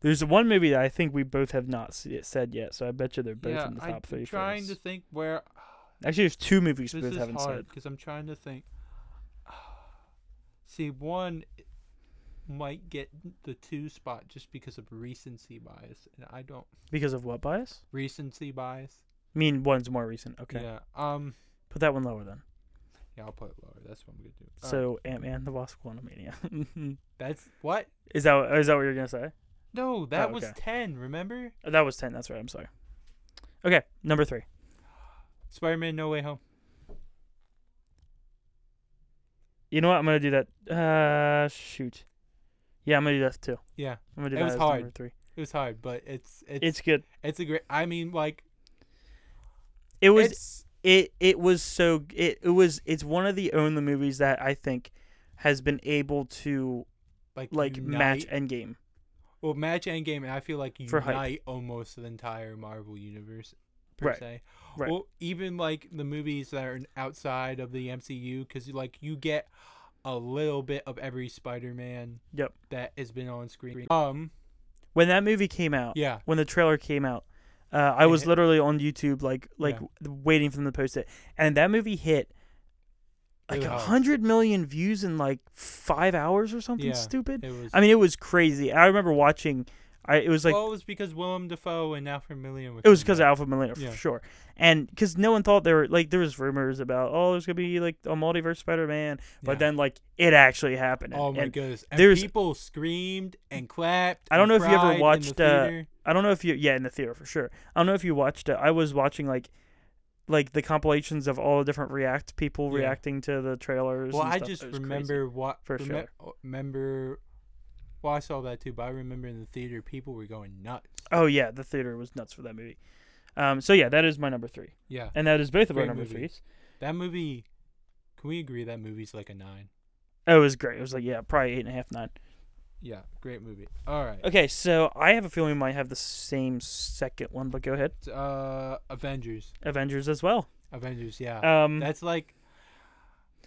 Speaker 2: There's one movie that I think we both have not se- said yet, so I bet you they're both
Speaker 1: yeah,
Speaker 2: in the
Speaker 1: I'm
Speaker 2: top three. for
Speaker 1: trying
Speaker 2: us.
Speaker 1: to think where
Speaker 2: Actually, there's two movies we
Speaker 1: this
Speaker 2: both
Speaker 1: is
Speaker 2: haven't
Speaker 1: hard
Speaker 2: said.
Speaker 1: because I'm trying to think. <sighs> See, one might get the two spot just because of recency bias, and I don't
Speaker 2: Because of what bias?
Speaker 1: recency bias.
Speaker 2: I mean, one's more recent. Okay,
Speaker 1: Yeah. Um.
Speaker 2: put that one lower then.
Speaker 1: Yeah, I'll put it lower. That's what I'm gonna do. All right.
Speaker 2: so Ant Man the Wasp: <laughs> Quantumania.
Speaker 1: that's what?
Speaker 2: is that is that what you're gonna say?
Speaker 1: No, that
Speaker 2: Oh,
Speaker 1: was
Speaker 2: okay.
Speaker 1: ten. Remember?
Speaker 2: Oh, that was ten. That's right. I'm sorry. Okay, number three.
Speaker 1: Spider-Man: No Way Home.
Speaker 2: You know what? I'm gonna do that. Uh, shoot. Yeah, I'm gonna do that too.
Speaker 1: Yeah,
Speaker 2: I'm gonna do
Speaker 1: It
Speaker 2: that
Speaker 1: was
Speaker 2: as
Speaker 1: hard.
Speaker 2: number three.
Speaker 1: it was hard, but it's it's
Speaker 2: It's
Speaker 1: it's,
Speaker 2: good.
Speaker 1: a great. I mean, like
Speaker 2: It was
Speaker 1: it's
Speaker 2: it it was so g- it, it was it's one of the only movies that I think has been able to
Speaker 1: like
Speaker 2: like match
Speaker 1: unite-
Speaker 2: Endgame.
Speaker 1: well match Endgame, and I feel like
Speaker 2: For hype.
Speaker 1: unite almost the entire Marvel universe per
Speaker 2: Right,
Speaker 1: se.
Speaker 2: right.
Speaker 1: Well, even like the movies that are outside of the MCU, because like you get a little bit of every Spider-Man
Speaker 2: Yep.
Speaker 1: that has been on screen. Um,
Speaker 2: When that movie came out,
Speaker 1: yeah,
Speaker 2: when the trailer came out, uh, I was
Speaker 1: hit-
Speaker 2: literally on YouTube, like like
Speaker 1: Yeah.
Speaker 2: w- waiting for them to post it, and that movie hit like
Speaker 1: Really
Speaker 2: a
Speaker 1: hard.
Speaker 2: hundred million views in like five hours or something
Speaker 1: Yeah,
Speaker 2: stupid.
Speaker 1: it was.
Speaker 2: I mean, it was crazy. I remember watching. I it was like
Speaker 1: well, it was because Willem Dafoe and Alfred Molina. were
Speaker 2: it was
Speaker 1: coming
Speaker 2: because
Speaker 1: back.
Speaker 2: Alpha Millennium
Speaker 1: Yeah.
Speaker 2: for sure, and because no one thought there were like there was rumors about oh there's gonna be like a multiverse Spider Man,
Speaker 1: Yeah.
Speaker 2: but then like it actually happened.
Speaker 1: Oh my
Speaker 2: and
Speaker 1: goodness! And
Speaker 2: there's-
Speaker 1: people screamed and clapped.
Speaker 2: I don't
Speaker 1: and
Speaker 2: know if you ever
Speaker 1: cried in the
Speaker 2: watched, uh,
Speaker 1: theater.
Speaker 2: I don't know if you yeah in the theater for sure. I don't know if you watched it. I was watching like like the compilations of all the different React people
Speaker 1: Yeah.
Speaker 2: reacting to the trailers.
Speaker 1: Well,
Speaker 2: and
Speaker 1: I
Speaker 2: stuff.
Speaker 1: just
Speaker 2: It was crazy.
Speaker 1: remember what
Speaker 2: for
Speaker 1: remem- oh, remember. Well, I saw that too, but I remember in the theater people were going nuts.
Speaker 2: Oh yeah, the theater was nuts for that movie. Um, so yeah, that is my number three,
Speaker 1: Yeah,
Speaker 2: and that is both of our
Speaker 1: Great
Speaker 2: number
Speaker 1: movie.
Speaker 2: threes.
Speaker 1: that movie. Can we agree that movie's like a nine?
Speaker 2: Oh, It was great. It was like yeah, probably eight and a half, nine.
Speaker 1: Yeah, great movie. All right,
Speaker 2: Okay, so I have a feeling we might have the same second one, but go ahead.
Speaker 1: uh, Avengers.
Speaker 2: Avengers as well.
Speaker 1: Avengers. Yeah,
Speaker 2: Um,
Speaker 1: that's like.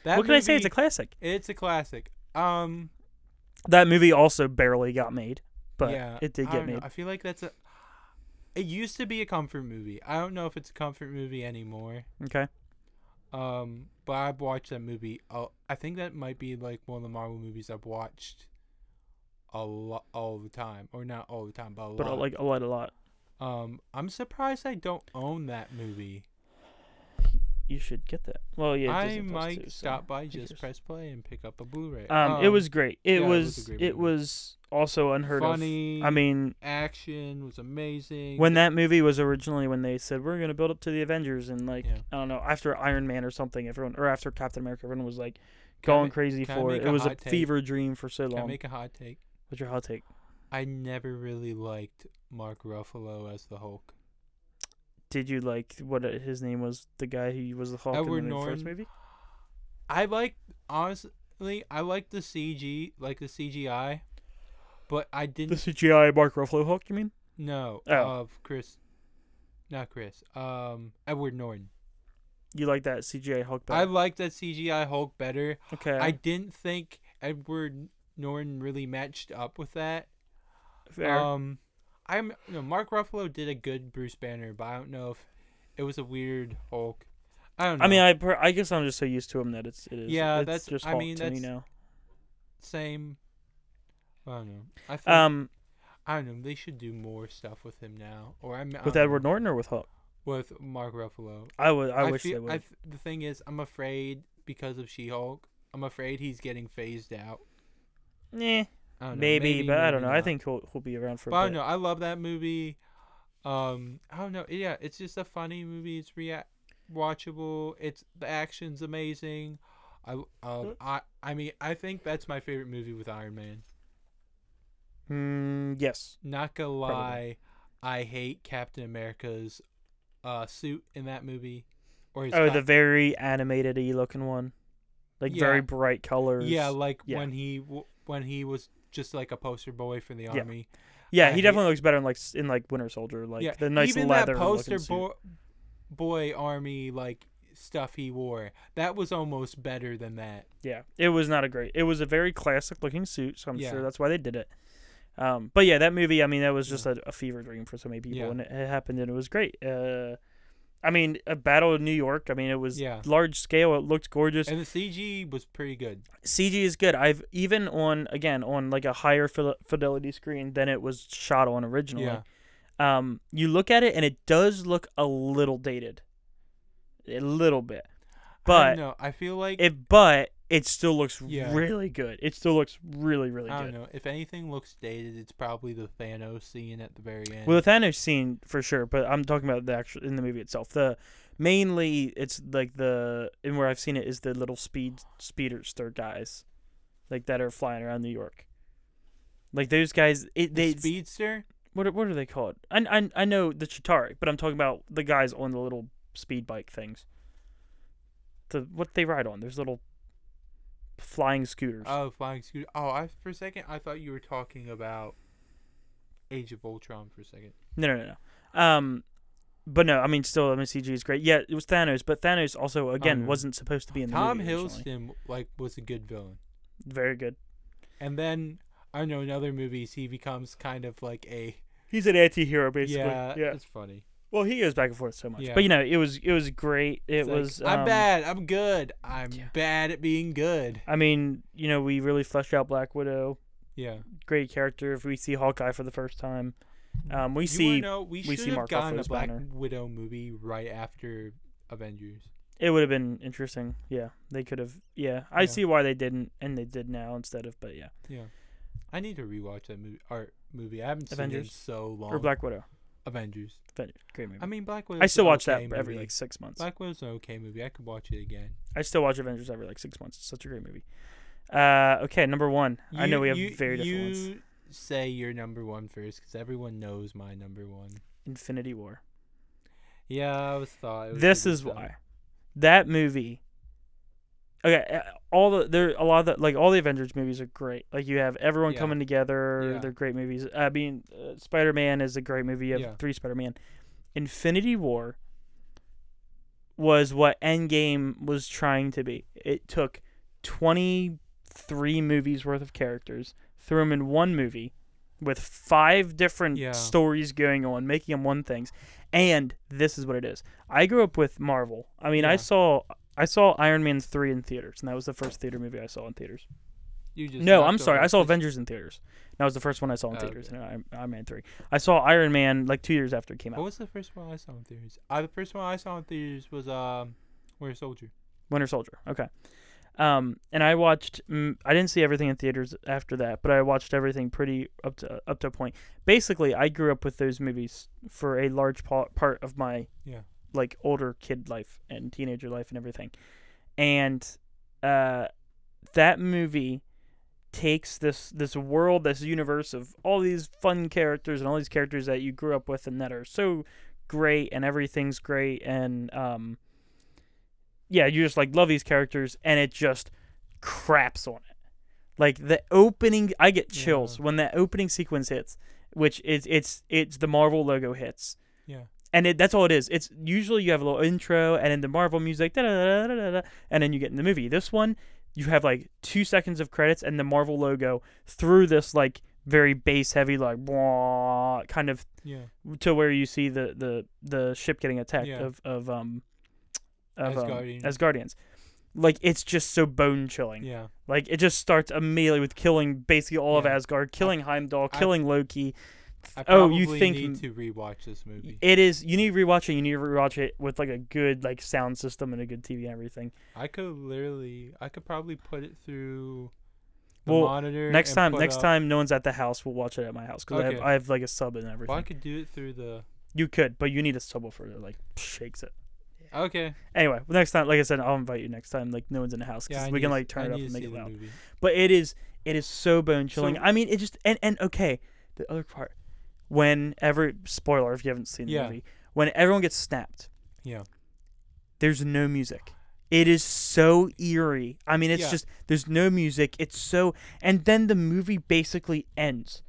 Speaker 1: That
Speaker 2: what can I say? It's a
Speaker 1: movie-
Speaker 2: classic.
Speaker 1: it's a classic. Um,
Speaker 2: That movie also barely got made, but
Speaker 1: yeah,
Speaker 2: it did
Speaker 1: I
Speaker 2: get
Speaker 1: don't know.
Speaker 2: made.
Speaker 1: I feel like that's a. It used to be a comfort movie. I don't know if it's a comfort movie anymore.
Speaker 2: Okay.
Speaker 1: Um, but I've watched that movie. Uh, I think that might be like one of the Marvel movies I've watched a lot all the time, or not all the time, but a
Speaker 2: But I
Speaker 1: lot.
Speaker 2: like a lot, a lot.
Speaker 1: um, I'm surprised I don't own that movie.
Speaker 2: You should get that. Well, yeah.
Speaker 1: I
Speaker 2: Disney Plus
Speaker 1: might
Speaker 2: too, so
Speaker 1: stop by
Speaker 2: who
Speaker 1: just
Speaker 2: cares?
Speaker 1: press play and pick up a Blu-ray.
Speaker 2: Um, it was great. It
Speaker 1: yeah, it was a
Speaker 2: was.
Speaker 1: great movie.
Speaker 2: It was also unheard
Speaker 1: Funny.
Speaker 2: of. I mean,
Speaker 1: action was amazing.
Speaker 2: when that movie was originally when they said we're gonna build up to the Avengers and like
Speaker 1: Yeah.
Speaker 2: I don't know after Iron Man or something, everyone or after Captain America, everyone was like going
Speaker 1: I-
Speaker 2: crazy
Speaker 1: can I
Speaker 2: for
Speaker 1: make
Speaker 2: it.
Speaker 1: a
Speaker 2: It was a
Speaker 1: hot take?
Speaker 2: fever dream for so
Speaker 1: Can I
Speaker 2: long.
Speaker 1: make a hot take?
Speaker 2: What's your hot take?
Speaker 1: I never really liked Mark Ruffalo as the Hulk.
Speaker 2: Did you like what uh, his name was? The guy who was the Hulk
Speaker 1: Edward
Speaker 2: in the
Speaker 1: Norton.
Speaker 2: first movie?
Speaker 1: I like honestly, I like the CG, like the CGI, but I
Speaker 2: The
Speaker 1: didn't
Speaker 2: CGI Mark Ruffalo Hulk, you mean?
Speaker 1: know
Speaker 2: Oh.
Speaker 1: of Chris, not Chris, um, Edward Norton.
Speaker 2: You like that CGI Hulk
Speaker 1: I
Speaker 2: better?
Speaker 1: liked that CGI Hulk better.
Speaker 2: okay.
Speaker 1: I didn't think Edward Norton really matched up with that.
Speaker 2: fair.
Speaker 1: Um, I'm you know, Mark Ruffalo did a good Bruce Banner, but I don't know if it was a weird Hulk. I don't know.
Speaker 2: I mean, I per- I guess I'm just so used to him that it's it is.
Speaker 1: Yeah,
Speaker 2: it's
Speaker 1: that's-
Speaker 2: just
Speaker 1: I
Speaker 2: Hulk
Speaker 1: mean,
Speaker 2: to me now.
Speaker 1: same. I don't know. I think,
Speaker 2: Um,
Speaker 1: I don't know. They should do more stuff with him now. Or I'm I
Speaker 2: with
Speaker 1: don't
Speaker 2: Edward
Speaker 1: know,
Speaker 2: Norton or with Hulk,
Speaker 1: with Mark Ruffalo.
Speaker 2: I would I, wish
Speaker 1: feel-
Speaker 2: they would.
Speaker 1: I th- the thing is, I'm afraid because of She-Hulk. I'm afraid he's getting phased out.
Speaker 2: Eh,
Speaker 1: I don't know,
Speaker 2: maybe, but I don't know. I
Speaker 1: not.
Speaker 2: think he'll he'll be around for.
Speaker 1: But I
Speaker 2: a
Speaker 1: don't
Speaker 2: bit.
Speaker 1: know. I love that movie. Um, I don't know. Yeah, it's just a funny movie. It's react watchable. It's the action's amazing. I um, I I mean I think that's my favorite movie with Iron Man.
Speaker 2: Mm, yes.
Speaker 1: Not gonna
Speaker 2: Probably.
Speaker 1: lie, I hate Captain America's uh suit in that movie. Or his
Speaker 2: Oh,
Speaker 1: co-
Speaker 2: the very animated y looking one, like
Speaker 1: Yeah.
Speaker 2: very bright colors.
Speaker 1: yeah, like
Speaker 2: yeah.
Speaker 1: when he w- when he was just like a poster boy for the
Speaker 2: Yeah.
Speaker 1: army.
Speaker 2: yeah.
Speaker 1: I
Speaker 2: He
Speaker 1: hate-
Speaker 2: definitely looks better in like s- in like Winter Soldier, like
Speaker 1: yeah,
Speaker 2: the nice
Speaker 1: even
Speaker 2: leather
Speaker 1: that
Speaker 2: looking
Speaker 1: poster
Speaker 2: suit.
Speaker 1: boy, boy army like stuff he wore that was almost better than that.
Speaker 2: Yeah, it was not a great. It was a very classic looking suit, so I'm
Speaker 1: Yeah.
Speaker 2: sure that's why they did it. Um, but yeah, that movie. I mean, that was just a, a fever dream for so many people,
Speaker 1: Yeah.
Speaker 2: and it, it happened, and it was great. Uh, I mean, a battle in New York. I mean, it was
Speaker 1: Yeah.
Speaker 2: large scale. It looked gorgeous.
Speaker 1: And the CG was pretty good.
Speaker 2: CG is good. I've even on again on like a higher fidel- fidelity screen than it was shot on originally.
Speaker 1: Yeah.
Speaker 2: Um, you look at it and it does look a little dated, a little bit,
Speaker 1: I
Speaker 2: but
Speaker 1: don't know. I feel like
Speaker 2: it but it still looks
Speaker 1: Yeah.
Speaker 2: really good. It still looks really really
Speaker 1: I don't
Speaker 2: good.
Speaker 1: know. If anything looks dated, it's probably the Thanos scene at the very end.
Speaker 2: Well, the Thanos scene for sure, but I'm talking about the actual in the movie itself. The mainly it's like the and where I've seen it is the little speed speedster guys, like that are flying around New York. Like those guys, it,
Speaker 1: The
Speaker 2: they
Speaker 1: speedster.
Speaker 2: what are- what are they called? I, I I know the Chitari, but I'm talking about the guys on the little speed bike things. The what they ride on? There's little flying scooters.
Speaker 1: Oh, flying scooter. Oh, I for a second I thought you were talking about Age of Ultron for a second.
Speaker 2: No, no, no, no. Um, but no, I mean, still, I mean, CG is great. Yeah, it was Thanos, but Thanos also, again,
Speaker 1: no.
Speaker 2: wasn't supposed to be in the
Speaker 1: Um, Tom
Speaker 2: movie originally.
Speaker 1: Hiddleston like was a good villain.
Speaker 2: Very good.
Speaker 1: And then I know in other movies he becomes kind of like a
Speaker 2: He's an anti-hero, basically.
Speaker 1: yeah,
Speaker 2: Yeah.
Speaker 1: It's funny.
Speaker 2: Well, he goes back and forth so much,
Speaker 1: Yeah.
Speaker 2: but you know, it was it was great. It
Speaker 1: It's like,
Speaker 2: was.
Speaker 1: I'm
Speaker 2: um,
Speaker 1: bad. I'm good. I'm
Speaker 2: yeah.
Speaker 1: bad at being good.
Speaker 2: I mean, you know, we really fleshed out Black Widow.
Speaker 1: Yeah.
Speaker 2: Great character. If we see Hawkeye for the first time, um, we
Speaker 1: You
Speaker 2: see
Speaker 1: wanna know, we,
Speaker 2: we
Speaker 1: should
Speaker 2: see
Speaker 1: have
Speaker 2: Mark
Speaker 1: gotten a
Speaker 2: Ruffalo's
Speaker 1: Black
Speaker 2: banner.
Speaker 1: Widow movie right after Avengers.
Speaker 2: it would have been interesting. Yeah, they could have. Yeah, I
Speaker 1: Yeah.
Speaker 2: see why they didn't, and they did now instead of. But yeah,
Speaker 1: Yeah. I need to rewatch that movie. Art movie. I haven't
Speaker 2: Avengers?
Speaker 1: seen it in so long.
Speaker 2: or Black Widow.
Speaker 1: Avengers.
Speaker 2: But great movie.
Speaker 1: I mean, Black Widow.
Speaker 2: I still watch
Speaker 1: okay
Speaker 2: that every
Speaker 1: movie.
Speaker 2: like six months.
Speaker 1: Black Widow's an okay movie. I could watch it again.
Speaker 2: I still watch Avengers every like six months. It's such a great movie. Uh, okay, number one. I know
Speaker 1: You-
Speaker 2: we have
Speaker 1: you-
Speaker 2: very different
Speaker 1: you
Speaker 2: ones.
Speaker 1: Say your number one first, because everyone knows my number one.
Speaker 2: Infinity War.
Speaker 1: Yeah, I was thought. it was
Speaker 2: This
Speaker 1: gonna be
Speaker 2: is
Speaker 1: tough.
Speaker 2: why that movie. Okay, uh, all the there a lot of the, like all the Avengers movies are great. Like you have everyone
Speaker 1: Yeah.
Speaker 2: coming together.
Speaker 1: Yeah.
Speaker 2: They're great movies. I mean, uh, Spider Man is a great movie. You have
Speaker 1: Yeah.
Speaker 2: three Spider Man. Infinity War was what Endgame was trying to be. It took twenty three movies worth of characters, threw them in one movie, with five different
Speaker 1: Yeah.
Speaker 2: stories going on, making them one things. And this is what it is. I grew up with Marvel. I mean,
Speaker 1: Yeah.
Speaker 2: I saw I saw Iron Man three in theaters, and that was the first theater movie I saw in theaters.
Speaker 1: You just
Speaker 2: No,
Speaker 1: knocked
Speaker 2: I'm sorry,
Speaker 1: over
Speaker 2: I saw
Speaker 1: Chris-
Speaker 2: Avengers in theaters. That was the first one I saw in
Speaker 1: Oh,
Speaker 2: theaters,
Speaker 1: okay.
Speaker 2: and Iron, Iron Man three. I saw Iron Man like two years after it came
Speaker 1: What
Speaker 2: out.
Speaker 1: was the first one I saw in theaters? Uh, the first one I saw in theaters was um, Winter Soldier.
Speaker 2: Winter Soldier. Okay. Um, and I watched. Mm, I didn't see everything in theaters after that, but I watched everything pretty up to up to a point. Basically, I grew up with those movies for a large pa- part of my
Speaker 1: Yeah.
Speaker 2: like older kid life and teenager life and everything. And uh, that movie takes this this world, this universe of all these fun characters and all these characters that you grew up with and that are so great and everything's great and um, yeah, you just like love these characters and it just craps on it. Like the opening, I get chills when that opening sequence hits, which is it's it's the Marvel logo hits
Speaker 1: Yeah.
Speaker 2: and it, that's all it is. It's usually you have a little intro and then the Marvel music, da da da da da, and then you get in the movie. This one, you have like two seconds of credits and the Marvel logo through this like very bass heavy like blah kind of
Speaker 1: Yeah.
Speaker 2: to where you see the the the ship getting attacked
Speaker 1: Yeah.
Speaker 2: of of um of um,
Speaker 1: Asgardians.
Speaker 2: as guardians. Like it's just so bone chilling.
Speaker 1: Yeah.
Speaker 2: Like it just starts immediately with killing basically all of
Speaker 1: Yeah.
Speaker 2: Asgard, killing Heimdall,
Speaker 1: I-
Speaker 2: killing Loki.
Speaker 1: I
Speaker 2: oh, you
Speaker 1: probably
Speaker 2: think
Speaker 1: need to rewatch this movie?
Speaker 2: it is. You need to rewatch it. You need to rewatch it with like a good like sound system and a good TV and everything.
Speaker 1: I could literally, I could probably put it through the
Speaker 2: Well,
Speaker 1: monitor.
Speaker 2: next
Speaker 1: and
Speaker 2: time,
Speaker 1: put
Speaker 2: next
Speaker 1: up-
Speaker 2: time, no one's at the house. We'll watch it at my house because I,
Speaker 1: Okay.
Speaker 2: have, I have like a sub and everything.
Speaker 1: Well, I could do it through the.
Speaker 2: You could, but you need a subwoofer that like shakes it.
Speaker 1: Okay.
Speaker 2: Anyway, next time, like I said, I'll invite you next time. Like no one's in the house
Speaker 1: Yeah.
Speaker 2: because
Speaker 1: I
Speaker 2: we
Speaker 1: need
Speaker 2: can
Speaker 1: to-
Speaker 2: like turn
Speaker 1: I
Speaker 2: it up
Speaker 1: need to
Speaker 2: and make
Speaker 1: see
Speaker 2: it
Speaker 1: the
Speaker 2: loud.
Speaker 1: movie.
Speaker 2: But it is it is so bone chilling.
Speaker 1: So-
Speaker 2: I mean, it just and and okay, the other part, whenever spoiler if you haven't seen the
Speaker 1: Yeah.
Speaker 2: movie, when everyone gets snapped,
Speaker 1: Yeah.
Speaker 2: there's no music. It is so eerie. I mean, it's
Speaker 1: Yeah.
Speaker 2: just there's no music. It's so and then the movie basically ends.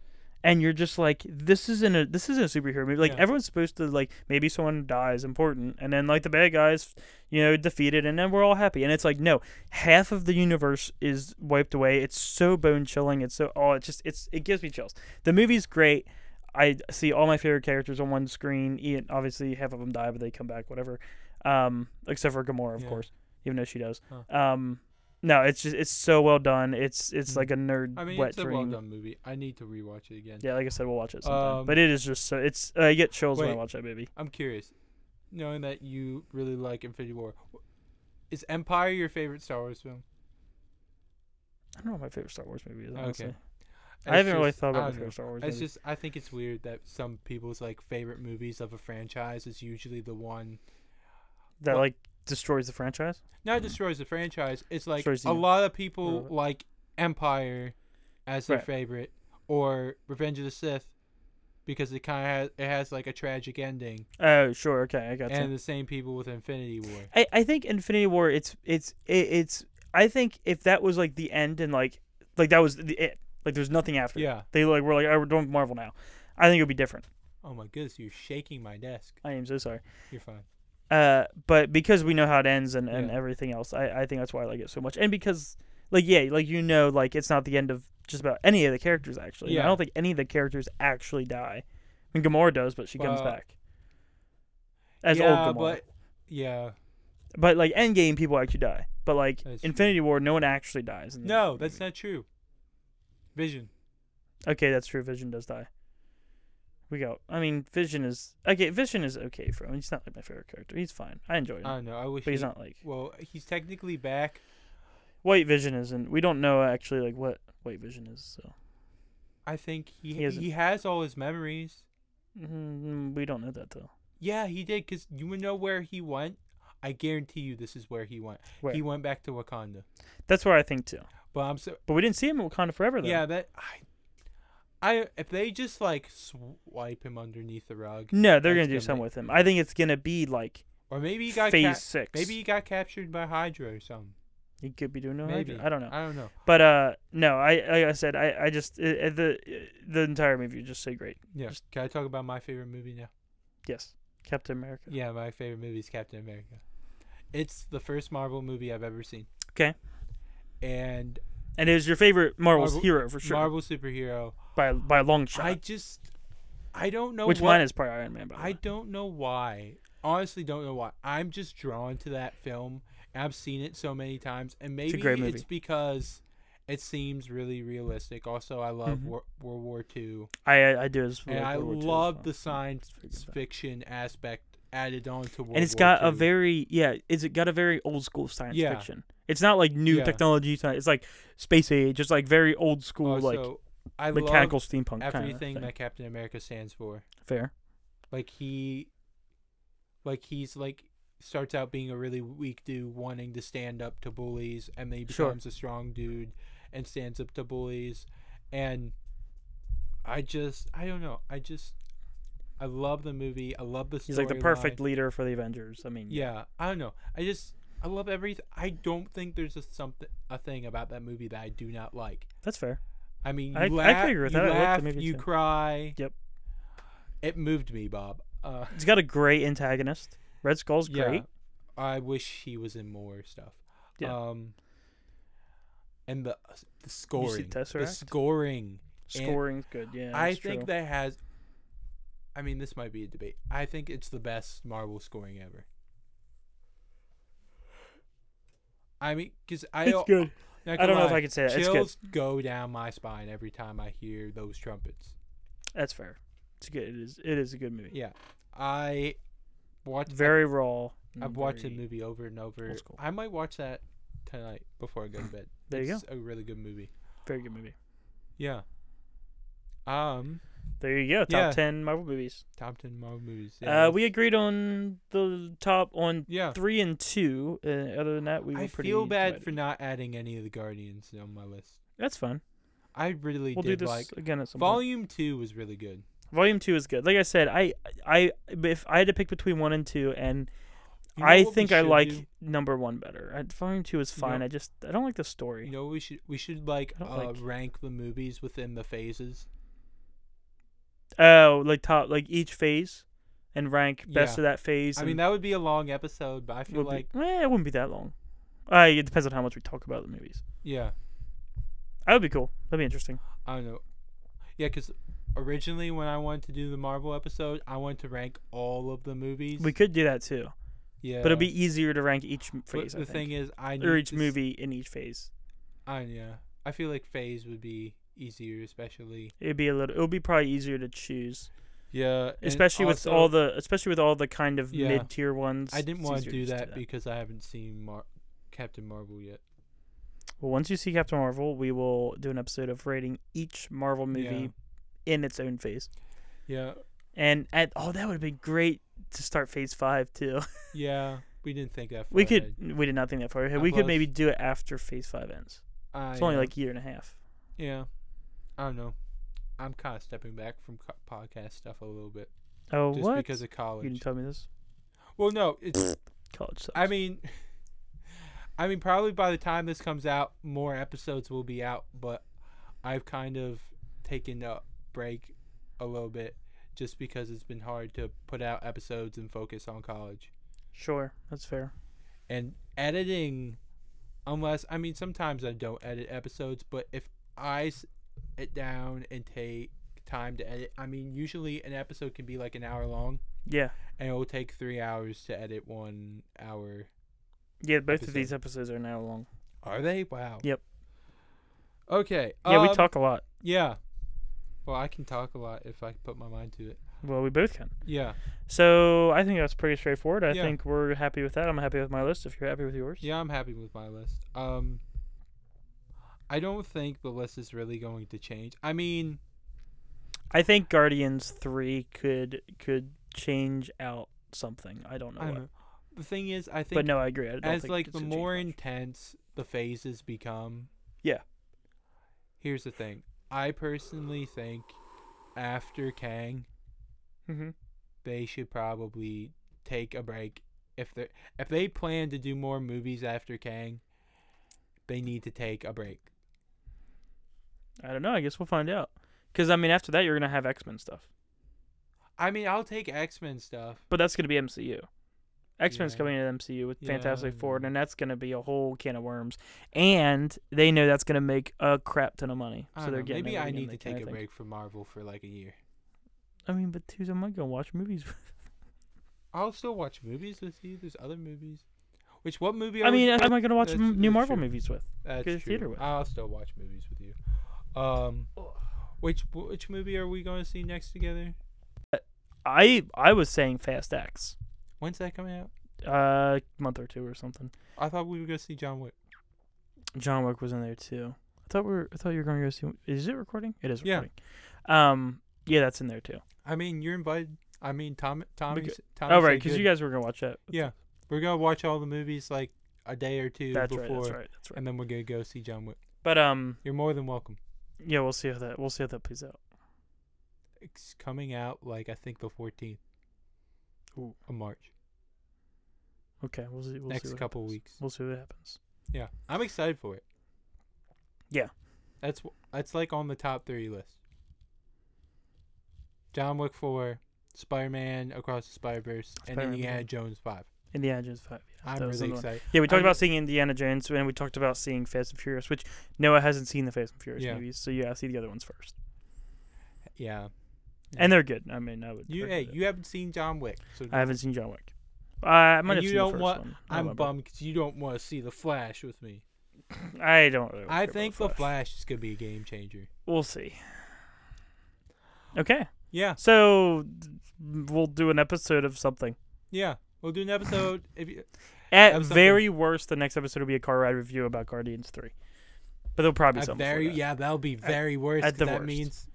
Speaker 2: And you're just like, this isn't a this isn't a superhero movie. Like
Speaker 1: Yeah.
Speaker 2: everyone's supposed to like maybe someone dies important, and then like the bad guys, you know, defeated, and then we're all happy. And it's like, no, half of the universe is wiped away. It's so bone chilling. It's so oh, it just it's it gives me chills. The movie's great. I see all my favorite characters on one screen. Ian, obviously, half of them die, but they come back, whatever. Um, except for Gamora, of
Speaker 1: Yeah.
Speaker 2: course, even though she does.
Speaker 1: Huh.
Speaker 2: Um, no, it's just it's so well done. It's it's
Speaker 1: Mm.
Speaker 2: like a nerd
Speaker 1: I mean,
Speaker 2: wet
Speaker 1: it's a
Speaker 2: dream.
Speaker 1: well done movie. I need to rewatch it again.
Speaker 2: Yeah, like I said, we'll watch it sometime.
Speaker 1: Um,
Speaker 2: but it is just so it's I get chills when I
Speaker 1: wait.
Speaker 2: watch that baby.
Speaker 1: I'm curious, knowing that you really like Infinity War, wh- is Empire your favorite Star Wars film?
Speaker 2: I don't know what my favorite Star Wars movie is.
Speaker 1: Okay.
Speaker 2: Honestly,
Speaker 1: It's
Speaker 2: I haven't really
Speaker 1: just-
Speaker 2: thought
Speaker 1: I
Speaker 2: about my
Speaker 1: don't know.
Speaker 2: favorite Star Wars.
Speaker 1: It's
Speaker 2: movie.
Speaker 1: just I think it's weird that some people's like favorite movies of a franchise is usually the one
Speaker 2: that
Speaker 1: well-
Speaker 2: like destroys the franchise.
Speaker 1: not destroys the franchise. It's like
Speaker 2: Mm. Destroys
Speaker 1: a
Speaker 2: the-
Speaker 1: lot of people
Speaker 2: Right.
Speaker 1: like Empire as their
Speaker 2: Right.
Speaker 1: favorite or Revenge of the Sith because it kind of has it has like a tragic ending.
Speaker 2: Oh, sure, okay, I got you.
Speaker 1: And the same people with Infinity War.
Speaker 2: I, I think Infinity War. It's it's it, it's. I think if that was like the end and like like that was the it. Like there's nothing after.
Speaker 1: Yeah.
Speaker 2: They like were like, oh, we're doing Marvel now. I think it would be different.
Speaker 1: Oh my goodness, you're shaking my desk.
Speaker 2: I am so sorry.
Speaker 1: You're fine.
Speaker 2: Uh, but because we know how it ends and, and
Speaker 1: Yeah.
Speaker 2: everything else, I, I think that's why I like it so much. And because like yeah, like you know, like it's not the end of just about any of the characters actually. And I
Speaker 1: Yeah.
Speaker 2: don't think any of the characters actually die. I mean, Gamora does, but she comes
Speaker 1: Well,
Speaker 2: back as
Speaker 1: yeah,
Speaker 2: old Gamora. Mm-hmm.
Speaker 1: but yeah,
Speaker 2: But like Endgame, people actually die. But like
Speaker 1: That's true.
Speaker 2: Infinity War, no one actually dies. in the
Speaker 1: no,
Speaker 2: Endgame
Speaker 1: that's
Speaker 2: movie.
Speaker 1: not true. Vision.
Speaker 2: Okay, that's true. Vision does die. We go. I mean, Vision is okay. Vision is okay for him. He's not like my favorite character. He's fine. I enjoy him,
Speaker 1: I don't know. I wish.
Speaker 2: but he's
Speaker 1: Uh, he-
Speaker 2: not like
Speaker 1: Well, he's technically back.
Speaker 2: White Vision isn't. We don't know actually like what White Vision is. So
Speaker 1: I think he
Speaker 2: He
Speaker 1: he,
Speaker 2: isn't.
Speaker 1: has all his memories.
Speaker 2: mm, we don't know that though.
Speaker 1: Yeah, he did. Cause you wanna know where he went. I guarantee you, this is where he went.
Speaker 2: Where?
Speaker 1: He went back to Wakanda.
Speaker 2: That's where I think too.
Speaker 1: But I'm so
Speaker 2: But we didn't see him in Wakanda forever though.
Speaker 1: yeah that I, I if they just like swipe him underneath the rug.
Speaker 2: No, they're
Speaker 1: that's
Speaker 2: gonna do
Speaker 1: gonna
Speaker 2: something
Speaker 1: make-
Speaker 2: with him. I think it's gonna be like
Speaker 1: Or maybe he got
Speaker 2: Phase
Speaker 1: cap-
Speaker 2: six.
Speaker 1: Maybe he got captured by Hydra or something.
Speaker 2: he could be doing no
Speaker 1: maybe
Speaker 2: I don't know.
Speaker 1: I don't know.
Speaker 2: But uh, no, I like I said, I I just i i- the the entire movie was just so great.
Speaker 1: Yeah.
Speaker 2: Just-
Speaker 1: Can I talk about my favorite movie now?
Speaker 2: Yes, Captain America.
Speaker 1: Yeah, my favorite movie is Captain America. It's the first Marvel movie I've ever seen.
Speaker 2: Okay.
Speaker 1: And
Speaker 2: And it was your favorite Marvel's
Speaker 1: Marvel-
Speaker 2: hero for sure
Speaker 1: Marvel superhero.
Speaker 2: by by a long shot.
Speaker 1: I just I don't know
Speaker 2: which
Speaker 1: what,
Speaker 2: mine is probably Iron Man. By the
Speaker 1: I
Speaker 2: way.
Speaker 1: don't know why. Honestly, don't know why. I'm just drawn to that film. I've seen it so many times, and maybe it's,
Speaker 2: great movie.
Speaker 1: because it seems really realistic. Also, I love Wor- World War II,
Speaker 2: I I, Mm-hmm. I do as well.
Speaker 1: and I
Speaker 2: World War II as
Speaker 1: love
Speaker 2: well.
Speaker 1: the science
Speaker 2: pretty good, though.
Speaker 1: fiction aspect added on to World
Speaker 2: and it's
Speaker 1: War
Speaker 2: got a
Speaker 1: II.
Speaker 2: very yeah. It's got a very old school science
Speaker 1: Yeah.
Speaker 2: fiction. It's not like new
Speaker 1: Yeah.
Speaker 2: technology. sci- It's like space age. It's like very old school like
Speaker 1: Also, Oh, I love
Speaker 2: mechanical steampunk kind of
Speaker 1: everything
Speaker 2: thing.
Speaker 1: that Captain America stands for.
Speaker 2: Fair.
Speaker 1: like he like he's like starts out being a really weak dude wanting to stand up to bullies and then he
Speaker 2: Sure.
Speaker 1: becomes a strong dude and stands up to bullies and i just i don't know i just i love the movie i love the
Speaker 2: He's like the
Speaker 1: storyline.
Speaker 2: perfect leader for the Avengers. I mean,
Speaker 1: yeah i don't know i just i love everything i don't think there's a something a thing about that movie that i do not like
Speaker 2: that's fair.
Speaker 1: i mean you
Speaker 2: I- I can
Speaker 1: laugh,
Speaker 2: agree with
Speaker 1: you
Speaker 2: that. I like the
Speaker 1: laugh,
Speaker 2: movie
Speaker 1: you
Speaker 2: too.
Speaker 1: cry
Speaker 2: Yep.
Speaker 1: it moved me bob uh
Speaker 2: It's got a great antagonist. Red Skull's great.
Speaker 1: I wish he was in more stuff.
Speaker 2: Yeah.
Speaker 1: Um and the uh, the scoring. The
Speaker 2: Tesseract?
Speaker 1: scoring. and
Speaker 2: Scoring's good. Yeah,
Speaker 1: I
Speaker 2: that's
Speaker 1: think
Speaker 2: true.
Speaker 1: that has I mean this might be a debate. I think it's the best Marvel scoring ever. I mean, because I
Speaker 2: it's good.
Speaker 1: not
Speaker 2: I don't
Speaker 1: gonna
Speaker 2: know if
Speaker 1: lie,
Speaker 2: I could say that. It's good.
Speaker 1: Chills go down my spine every time I hear those trumpets.
Speaker 2: That's fair. It's good. It is. It is a good movie.
Speaker 1: Yeah, I watched.
Speaker 2: Very raw.
Speaker 1: I've
Speaker 2: and
Speaker 1: watched the
Speaker 2: very-
Speaker 1: movie over and over.
Speaker 2: old school.
Speaker 1: I might watch that tonight before I go to
Speaker 2: <clears throat>
Speaker 1: bed.
Speaker 2: There you
Speaker 1: it's a really good movie.
Speaker 2: Very good movie.
Speaker 1: Yeah. Um,
Speaker 2: There you go. Top
Speaker 1: Yeah.
Speaker 2: ten Marvel movies.
Speaker 1: top ten Marvel movies.
Speaker 2: uh, we agreed on the top on
Speaker 1: Yeah.
Speaker 2: three and two. Uh, other than that, we were
Speaker 1: I
Speaker 2: pretty.
Speaker 1: feel bad for
Speaker 2: divided.
Speaker 1: not adding any of the Guardians on my list.
Speaker 2: That's fun.
Speaker 1: I really
Speaker 2: We'll do
Speaker 1: did
Speaker 2: this
Speaker 1: like.
Speaker 2: again at some point.
Speaker 1: Volume two was really good.
Speaker 2: Volume two is good. Like I said, I I if I had to pick between one and two, and
Speaker 1: You know
Speaker 2: I
Speaker 1: what we
Speaker 2: think I
Speaker 1: should
Speaker 2: like
Speaker 1: do?
Speaker 2: number one better. I, volume two is
Speaker 1: You know-
Speaker 2: fine. I just I don't like the story.
Speaker 1: You know what we should we should like
Speaker 2: I
Speaker 1: uh,
Speaker 2: don't like-
Speaker 1: rank the movies within the phases.
Speaker 2: Oh, like top like each phase, and rank best
Speaker 1: Yeah.
Speaker 2: of that phase.
Speaker 1: I
Speaker 2: and
Speaker 1: mean that would be a long episode, but I feel
Speaker 2: would be-
Speaker 1: like
Speaker 2: eh, it wouldn't be that long. Uh, it depends on how much we talk about the movies.
Speaker 1: yeah.
Speaker 2: That would be cool. That'd be interesting.
Speaker 1: I don't know. Yeah, because originally when I wanted to do the Marvel episode, I wanted to rank all of the movies.
Speaker 2: We could do that too,
Speaker 1: yeah,
Speaker 2: but it'd be easier to rank each m-
Speaker 1: But
Speaker 2: phase.
Speaker 1: the
Speaker 2: I
Speaker 1: thing
Speaker 2: think.
Speaker 1: is, I need
Speaker 2: or each
Speaker 1: to s-
Speaker 2: movie in each phase.
Speaker 1: I yeah, I feel like phase would be easier, especially
Speaker 2: It'd be a little. It would be probably easier to choose,
Speaker 1: yeah, and
Speaker 2: especially with
Speaker 1: also,
Speaker 2: all the especially with all the kind of
Speaker 1: Yeah.
Speaker 2: mid tier ones.
Speaker 1: I didn't
Speaker 2: it's
Speaker 1: want to
Speaker 2: easier
Speaker 1: do
Speaker 2: just
Speaker 1: that because I haven't seen Mar- Captain Marvel yet.
Speaker 2: well, once you see Captain Marvel, we will do an episode of rating each Marvel movie in its own phase.
Speaker 1: Yeah,
Speaker 2: And at oh, that would have been great to start phase five too. <laughs>
Speaker 1: yeah, we didn't think that. Far
Speaker 2: we could
Speaker 1: ahead.
Speaker 2: we did not think that far ahead.
Speaker 1: I
Speaker 2: We could
Speaker 1: was-
Speaker 2: maybe do it after phase five ends.
Speaker 1: I,
Speaker 2: It's only
Speaker 1: uh,
Speaker 2: like a year and a half.
Speaker 1: yeah, I don't know. I'm kind of stepping back from co- podcast stuff a little bit
Speaker 2: Oh
Speaker 1: just
Speaker 2: what?
Speaker 1: because of
Speaker 2: you didn't
Speaker 1: college.
Speaker 2: tell me this.
Speaker 1: well, no, it's
Speaker 2: College sucks.
Speaker 1: I mean, <laughs> I mean, probably by the time this comes out, more episodes will be out. But I've kind of taken a break a little bit just because it's been hard to put out episodes and focus on college
Speaker 2: sure, that's fair.
Speaker 1: and editing. unless I mean sometimes I don't edit episodes, but if I sit down and take time to edit, I mean usually an episode can be like an hour long,
Speaker 2: Yeah.
Speaker 1: and it will take three hours to edit one hour.
Speaker 2: Yeah, both of these episodes are now long.
Speaker 1: Are they? Wow.
Speaker 2: Yep.
Speaker 1: Okay.
Speaker 2: Yeah, we
Speaker 1: um,
Speaker 2: talk a lot.
Speaker 1: Yeah. Well, I can talk a lot if I put my mind to it.
Speaker 2: Well, we both can.
Speaker 1: Yeah.
Speaker 2: So I think that's pretty straightforward. I
Speaker 1: Yeah.
Speaker 2: think we're happy with that. I'm happy with my list. If you're happy with yours,
Speaker 1: Yeah, I'm happy with my list. Um, I don't think the list is really going to change. I mean,
Speaker 2: I think Guardians Three could could change out something. I don't know.
Speaker 1: I
Speaker 2: what.
Speaker 1: don't know. The thing is, I think
Speaker 2: But no, I agree. I don't
Speaker 1: as
Speaker 2: think
Speaker 1: like
Speaker 2: it's
Speaker 1: the
Speaker 2: gonna change
Speaker 1: more
Speaker 2: much.
Speaker 1: intense the phases become.
Speaker 2: Yeah.
Speaker 1: Here's the thing. I personally think after Kang,
Speaker 2: Mhm.
Speaker 1: they should probably take a break. If they if they plan to do more movies after Kang, they need to take a break.
Speaker 2: I don't know. I guess we'll find out. Because I mean, after that, you're gonna have X Men stuff,
Speaker 1: I mean, I'll take X Men stuff.
Speaker 2: but that's gonna be MCU. X Men's
Speaker 1: Yeah.
Speaker 2: coming into MCU with
Speaker 1: Yeah,
Speaker 2: Fantastic
Speaker 1: I
Speaker 2: Four,
Speaker 1: know.
Speaker 2: and that's gonna be a whole can of worms. And they know that's gonna make a crap ton of money,
Speaker 1: I
Speaker 2: so
Speaker 1: don't
Speaker 2: they're
Speaker 1: know,
Speaker 2: getting.
Speaker 1: maybe I
Speaker 2: everything
Speaker 1: need
Speaker 2: they
Speaker 1: to
Speaker 2: can, I
Speaker 1: take a
Speaker 2: think.
Speaker 1: break from Marvel for like a year.
Speaker 2: I mean, but who's am I gonna watch movies? with?
Speaker 1: I'll still watch movies with you. There's other movies. Which what movie?
Speaker 2: I
Speaker 1: are we-
Speaker 2: mean, who am I gonna
Speaker 1: <laughs>
Speaker 2: watch
Speaker 1: That's-
Speaker 2: m- new
Speaker 1: that's
Speaker 2: Marvel
Speaker 1: true.
Speaker 2: movies with?
Speaker 1: That's
Speaker 2: go to
Speaker 1: true.
Speaker 2: the theater with.
Speaker 1: I'll still watch movies with you. Um, which which movie are we going to see next together?
Speaker 2: I I was saying Fast X,
Speaker 1: When's that coming out?
Speaker 2: uh, month or two or something.
Speaker 1: I thought we were going to see John Wick.
Speaker 2: John Wick was in there too. I thought we were, I thought you were gonna go see. Is it recording? It is
Speaker 1: Yeah.
Speaker 2: recording. Um, yeah, that's in there too.
Speaker 1: I mean, you're invited. I mean, Tom, Tommy,
Speaker 2: Okay.
Speaker 1: Tommy.
Speaker 2: Oh right, because you guys were gonna watch that.
Speaker 1: Yeah, we're gonna watch all the movies like a day or two
Speaker 2: That's
Speaker 1: before,
Speaker 2: right. That's right. That's right.
Speaker 1: and then we're gonna go see John Wick.
Speaker 2: But um,
Speaker 1: You're more than welcome.
Speaker 2: yeah, we'll see how that we'll see how that plays out.
Speaker 1: It's coming out like I think the 14th
Speaker 2: Ooh.
Speaker 1: of March.
Speaker 2: Okay, we'll see. We'll see
Speaker 1: next
Speaker 2: what
Speaker 1: couple
Speaker 2: happens.
Speaker 1: weeks.
Speaker 2: We'll see what happens.
Speaker 1: Yeah, I'm excited for it.
Speaker 2: Yeah.
Speaker 1: that's wh- that's like on the top three list. John Wick four, Spider Man Across the Spider Verse, and
Speaker 2: Spider-Man,
Speaker 1: Indiana
Speaker 2: yeah.
Speaker 1: Jones five.
Speaker 2: Indiana Jones five. Yeah,
Speaker 1: I'm
Speaker 2: that was
Speaker 1: really
Speaker 2: another one.
Speaker 1: excited.
Speaker 2: Yeah, we talked
Speaker 1: I'm-
Speaker 2: about seeing Indiana Jones, and we talked about seeing Fast and Furious, which Noah hasn't seen the Fast and Furious
Speaker 1: Yeah.
Speaker 2: movies, so yeah, I see the other ones first,
Speaker 1: Yeah,
Speaker 2: and they're good. I mean, I would.
Speaker 1: you hey,
Speaker 2: recommend it.
Speaker 1: you haven't seen John Wick, so
Speaker 2: I haven't seen John Wick. I might
Speaker 1: And
Speaker 2: have
Speaker 1: you
Speaker 2: seen
Speaker 1: don't
Speaker 2: the first
Speaker 1: want-
Speaker 2: one. I
Speaker 1: I'm
Speaker 2: remember.
Speaker 1: bummed because you don't want to see the Flash with me.
Speaker 2: <laughs> I don't. Really care
Speaker 1: I
Speaker 2: about
Speaker 1: think the
Speaker 2: Flash.
Speaker 1: Flash is gonna be a game changer.
Speaker 2: We'll see. Okay,
Speaker 1: Yeah,
Speaker 2: so we'll do an episode of something.
Speaker 1: yeah. We'll do an episode. if you,
Speaker 2: At
Speaker 1: Of something.
Speaker 2: very worst, the next episode will be a car ride review about Guardians Three, but there'll probably be
Speaker 1: at
Speaker 2: something. before
Speaker 1: very
Speaker 2: that.
Speaker 1: yeah, that'll be very worse.
Speaker 2: at
Speaker 1: 'cause
Speaker 2: the
Speaker 1: that
Speaker 2: worst.
Speaker 1: means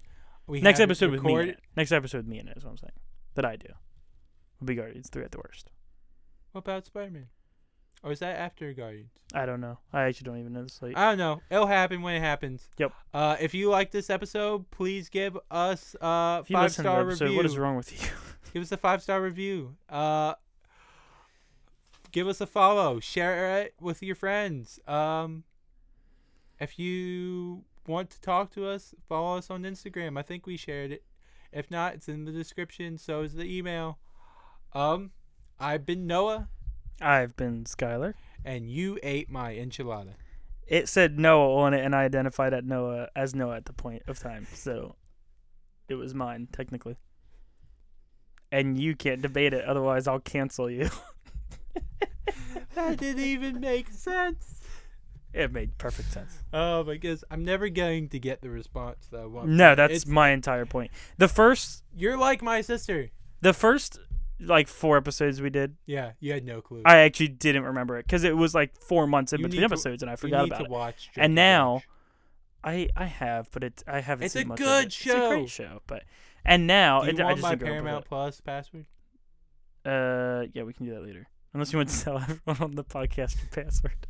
Speaker 1: we
Speaker 2: Next
Speaker 1: haven't
Speaker 2: episode with me. in
Speaker 1: recorded-
Speaker 2: it. Next episode with me in it is what I'm saying. That I do. Will be Guardians Three at the worst.
Speaker 1: What about Spider Man? Or is that after Guardians?
Speaker 2: I don't know. I actually don't even know the slate.
Speaker 1: I don't know. It'll happen when it happens.
Speaker 2: Yep.
Speaker 1: Uh, if you like this episode, please give us a
Speaker 2: if you
Speaker 1: five
Speaker 2: listen to the
Speaker 1: star
Speaker 2: episode,
Speaker 1: review.
Speaker 2: what is wrong with you? <laughs>
Speaker 1: Give us a five star review. Uh, give us a follow. Share it with your friends. Um, if you want to talk to us, follow us on Instagram. I think we shared it. If not, it's in the description. So is the email. Um, I've been Noah,
Speaker 2: I've been Skylar.
Speaker 1: and you ate my enchilada.
Speaker 2: It said Noah on it, and I identified at Noah as Noah at the point of time, so it was mine technically. And you can't debate it, otherwise I'll cancel you. <laughs>
Speaker 1: That didn't even make sense.
Speaker 2: it made perfect sense.
Speaker 1: Oh my goodness, I'm never going to get the response though. Well,
Speaker 2: No, that's
Speaker 1: It's-
Speaker 2: my entire point. The first,
Speaker 1: You're like my sister.
Speaker 2: the first, like four episodes we did,
Speaker 1: Yeah, you had no clue.
Speaker 2: I actually didn't remember it because it was like four months in
Speaker 1: You
Speaker 2: between
Speaker 1: need to-
Speaker 2: episodes, and I
Speaker 1: You
Speaker 2: forgot
Speaker 1: need
Speaker 2: about
Speaker 1: to
Speaker 2: it.
Speaker 1: watch. Drink
Speaker 2: And now-
Speaker 1: Dash.
Speaker 2: I I have, but it I haven't.
Speaker 1: It's
Speaker 2: seen
Speaker 1: a
Speaker 2: much
Speaker 1: good
Speaker 2: of it. It's a
Speaker 1: show.
Speaker 2: great show, but and now
Speaker 1: do you
Speaker 2: it, oh, I
Speaker 1: want
Speaker 2: just
Speaker 1: my
Speaker 2: think we're gonna put
Speaker 1: Paramount Plus password?
Speaker 2: it- Uh, yeah, we can do that later. Unless you want to <laughs> tell everyone on the podcast your password.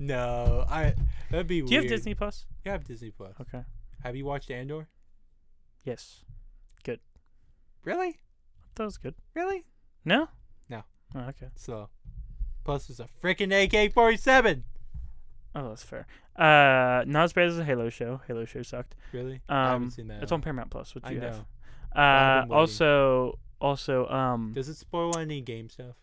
Speaker 1: No, I. That'd be
Speaker 2: Do
Speaker 1: weird.
Speaker 2: you have Disney Plus?
Speaker 1: Yeah, I have Disney Plus.
Speaker 2: Okay.
Speaker 1: Have you watched Andor?
Speaker 2: Yes,
Speaker 1: Really?
Speaker 2: that was good.
Speaker 1: Really?
Speaker 2: No.
Speaker 1: No.
Speaker 2: Oh, okay.
Speaker 1: So, plus is a freaking AK-47.
Speaker 2: Oh, that's fair. Uh, not as bad as the Halo show. Halo show sucked.
Speaker 1: Really? I haven't
Speaker 2: Um,
Speaker 1: seen that.
Speaker 2: it's
Speaker 1: one.
Speaker 2: on Paramount Plus, which
Speaker 1: I
Speaker 2: you
Speaker 1: know.
Speaker 2: have.
Speaker 1: I've
Speaker 2: Uh,
Speaker 1: been waiting.
Speaker 2: also, also, um,
Speaker 1: Does it spoil any game stuff?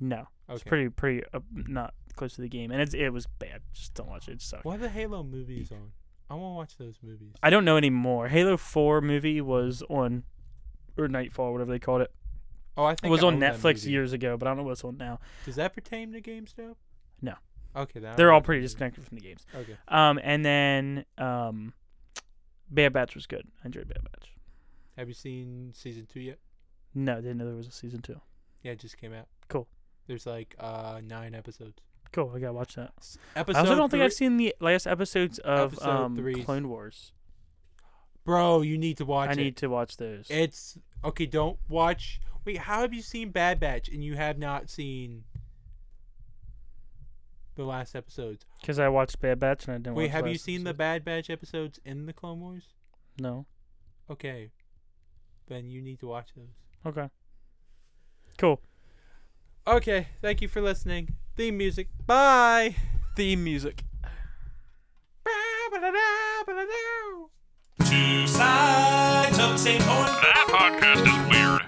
Speaker 2: No, it's
Speaker 1: Okay.
Speaker 2: pretty pretty uh, not close to the game, and it it was bad. Just don't watch it. It sucked.
Speaker 1: What are the Halo movies on? I want to watch those movies.
Speaker 2: I don't know anymore. Halo Four movie was on, or Nightfall, whatever they called it.
Speaker 1: Oh, I
Speaker 2: It
Speaker 1: think
Speaker 2: was
Speaker 1: I
Speaker 2: on
Speaker 1: own that
Speaker 2: Netflix
Speaker 1: movie.
Speaker 2: years ago, but I don't know what's on now.
Speaker 1: Does that pertain to GameStop?
Speaker 2: No.
Speaker 1: Okay, then I
Speaker 2: They're all
Speaker 1: won't
Speaker 2: pretty
Speaker 1: do it.
Speaker 2: disconnected from the games.
Speaker 1: Okay.
Speaker 2: Um, and then um, Bad Batch was good. I enjoyed Bad Batch.
Speaker 1: Have you seen season two yet?
Speaker 2: No, didn't know there was a season two.
Speaker 1: Yeah, it just came out.
Speaker 2: Cool.
Speaker 1: There's like uh nine episodes.
Speaker 2: Cool, I gotta watch that.
Speaker 1: S-
Speaker 2: I also don't think
Speaker 1: three-
Speaker 2: I've seen the last episodes of
Speaker 1: Episode
Speaker 2: um,
Speaker 1: three's-
Speaker 2: Clone Wars.
Speaker 1: Bro, you need to watch
Speaker 2: I
Speaker 1: it.
Speaker 2: need to watch those.
Speaker 1: It's okay. Don't watch. Wait, how have you seen Bad Batch and you have not seen the last episodes?
Speaker 2: Because I watched Bad Batch and I didn't.
Speaker 1: Wait,
Speaker 2: watch
Speaker 1: have you
Speaker 2: last
Speaker 1: seen the
Speaker 2: episode.
Speaker 1: Bad Batch episodes in the Clone Wars?
Speaker 2: No.
Speaker 1: Okay, then you need to watch those.
Speaker 2: Okay. Cool.
Speaker 1: Okay, thank you for listening. Theme music. Bye.
Speaker 2: Theme music.
Speaker 3: Two sides of the same coin.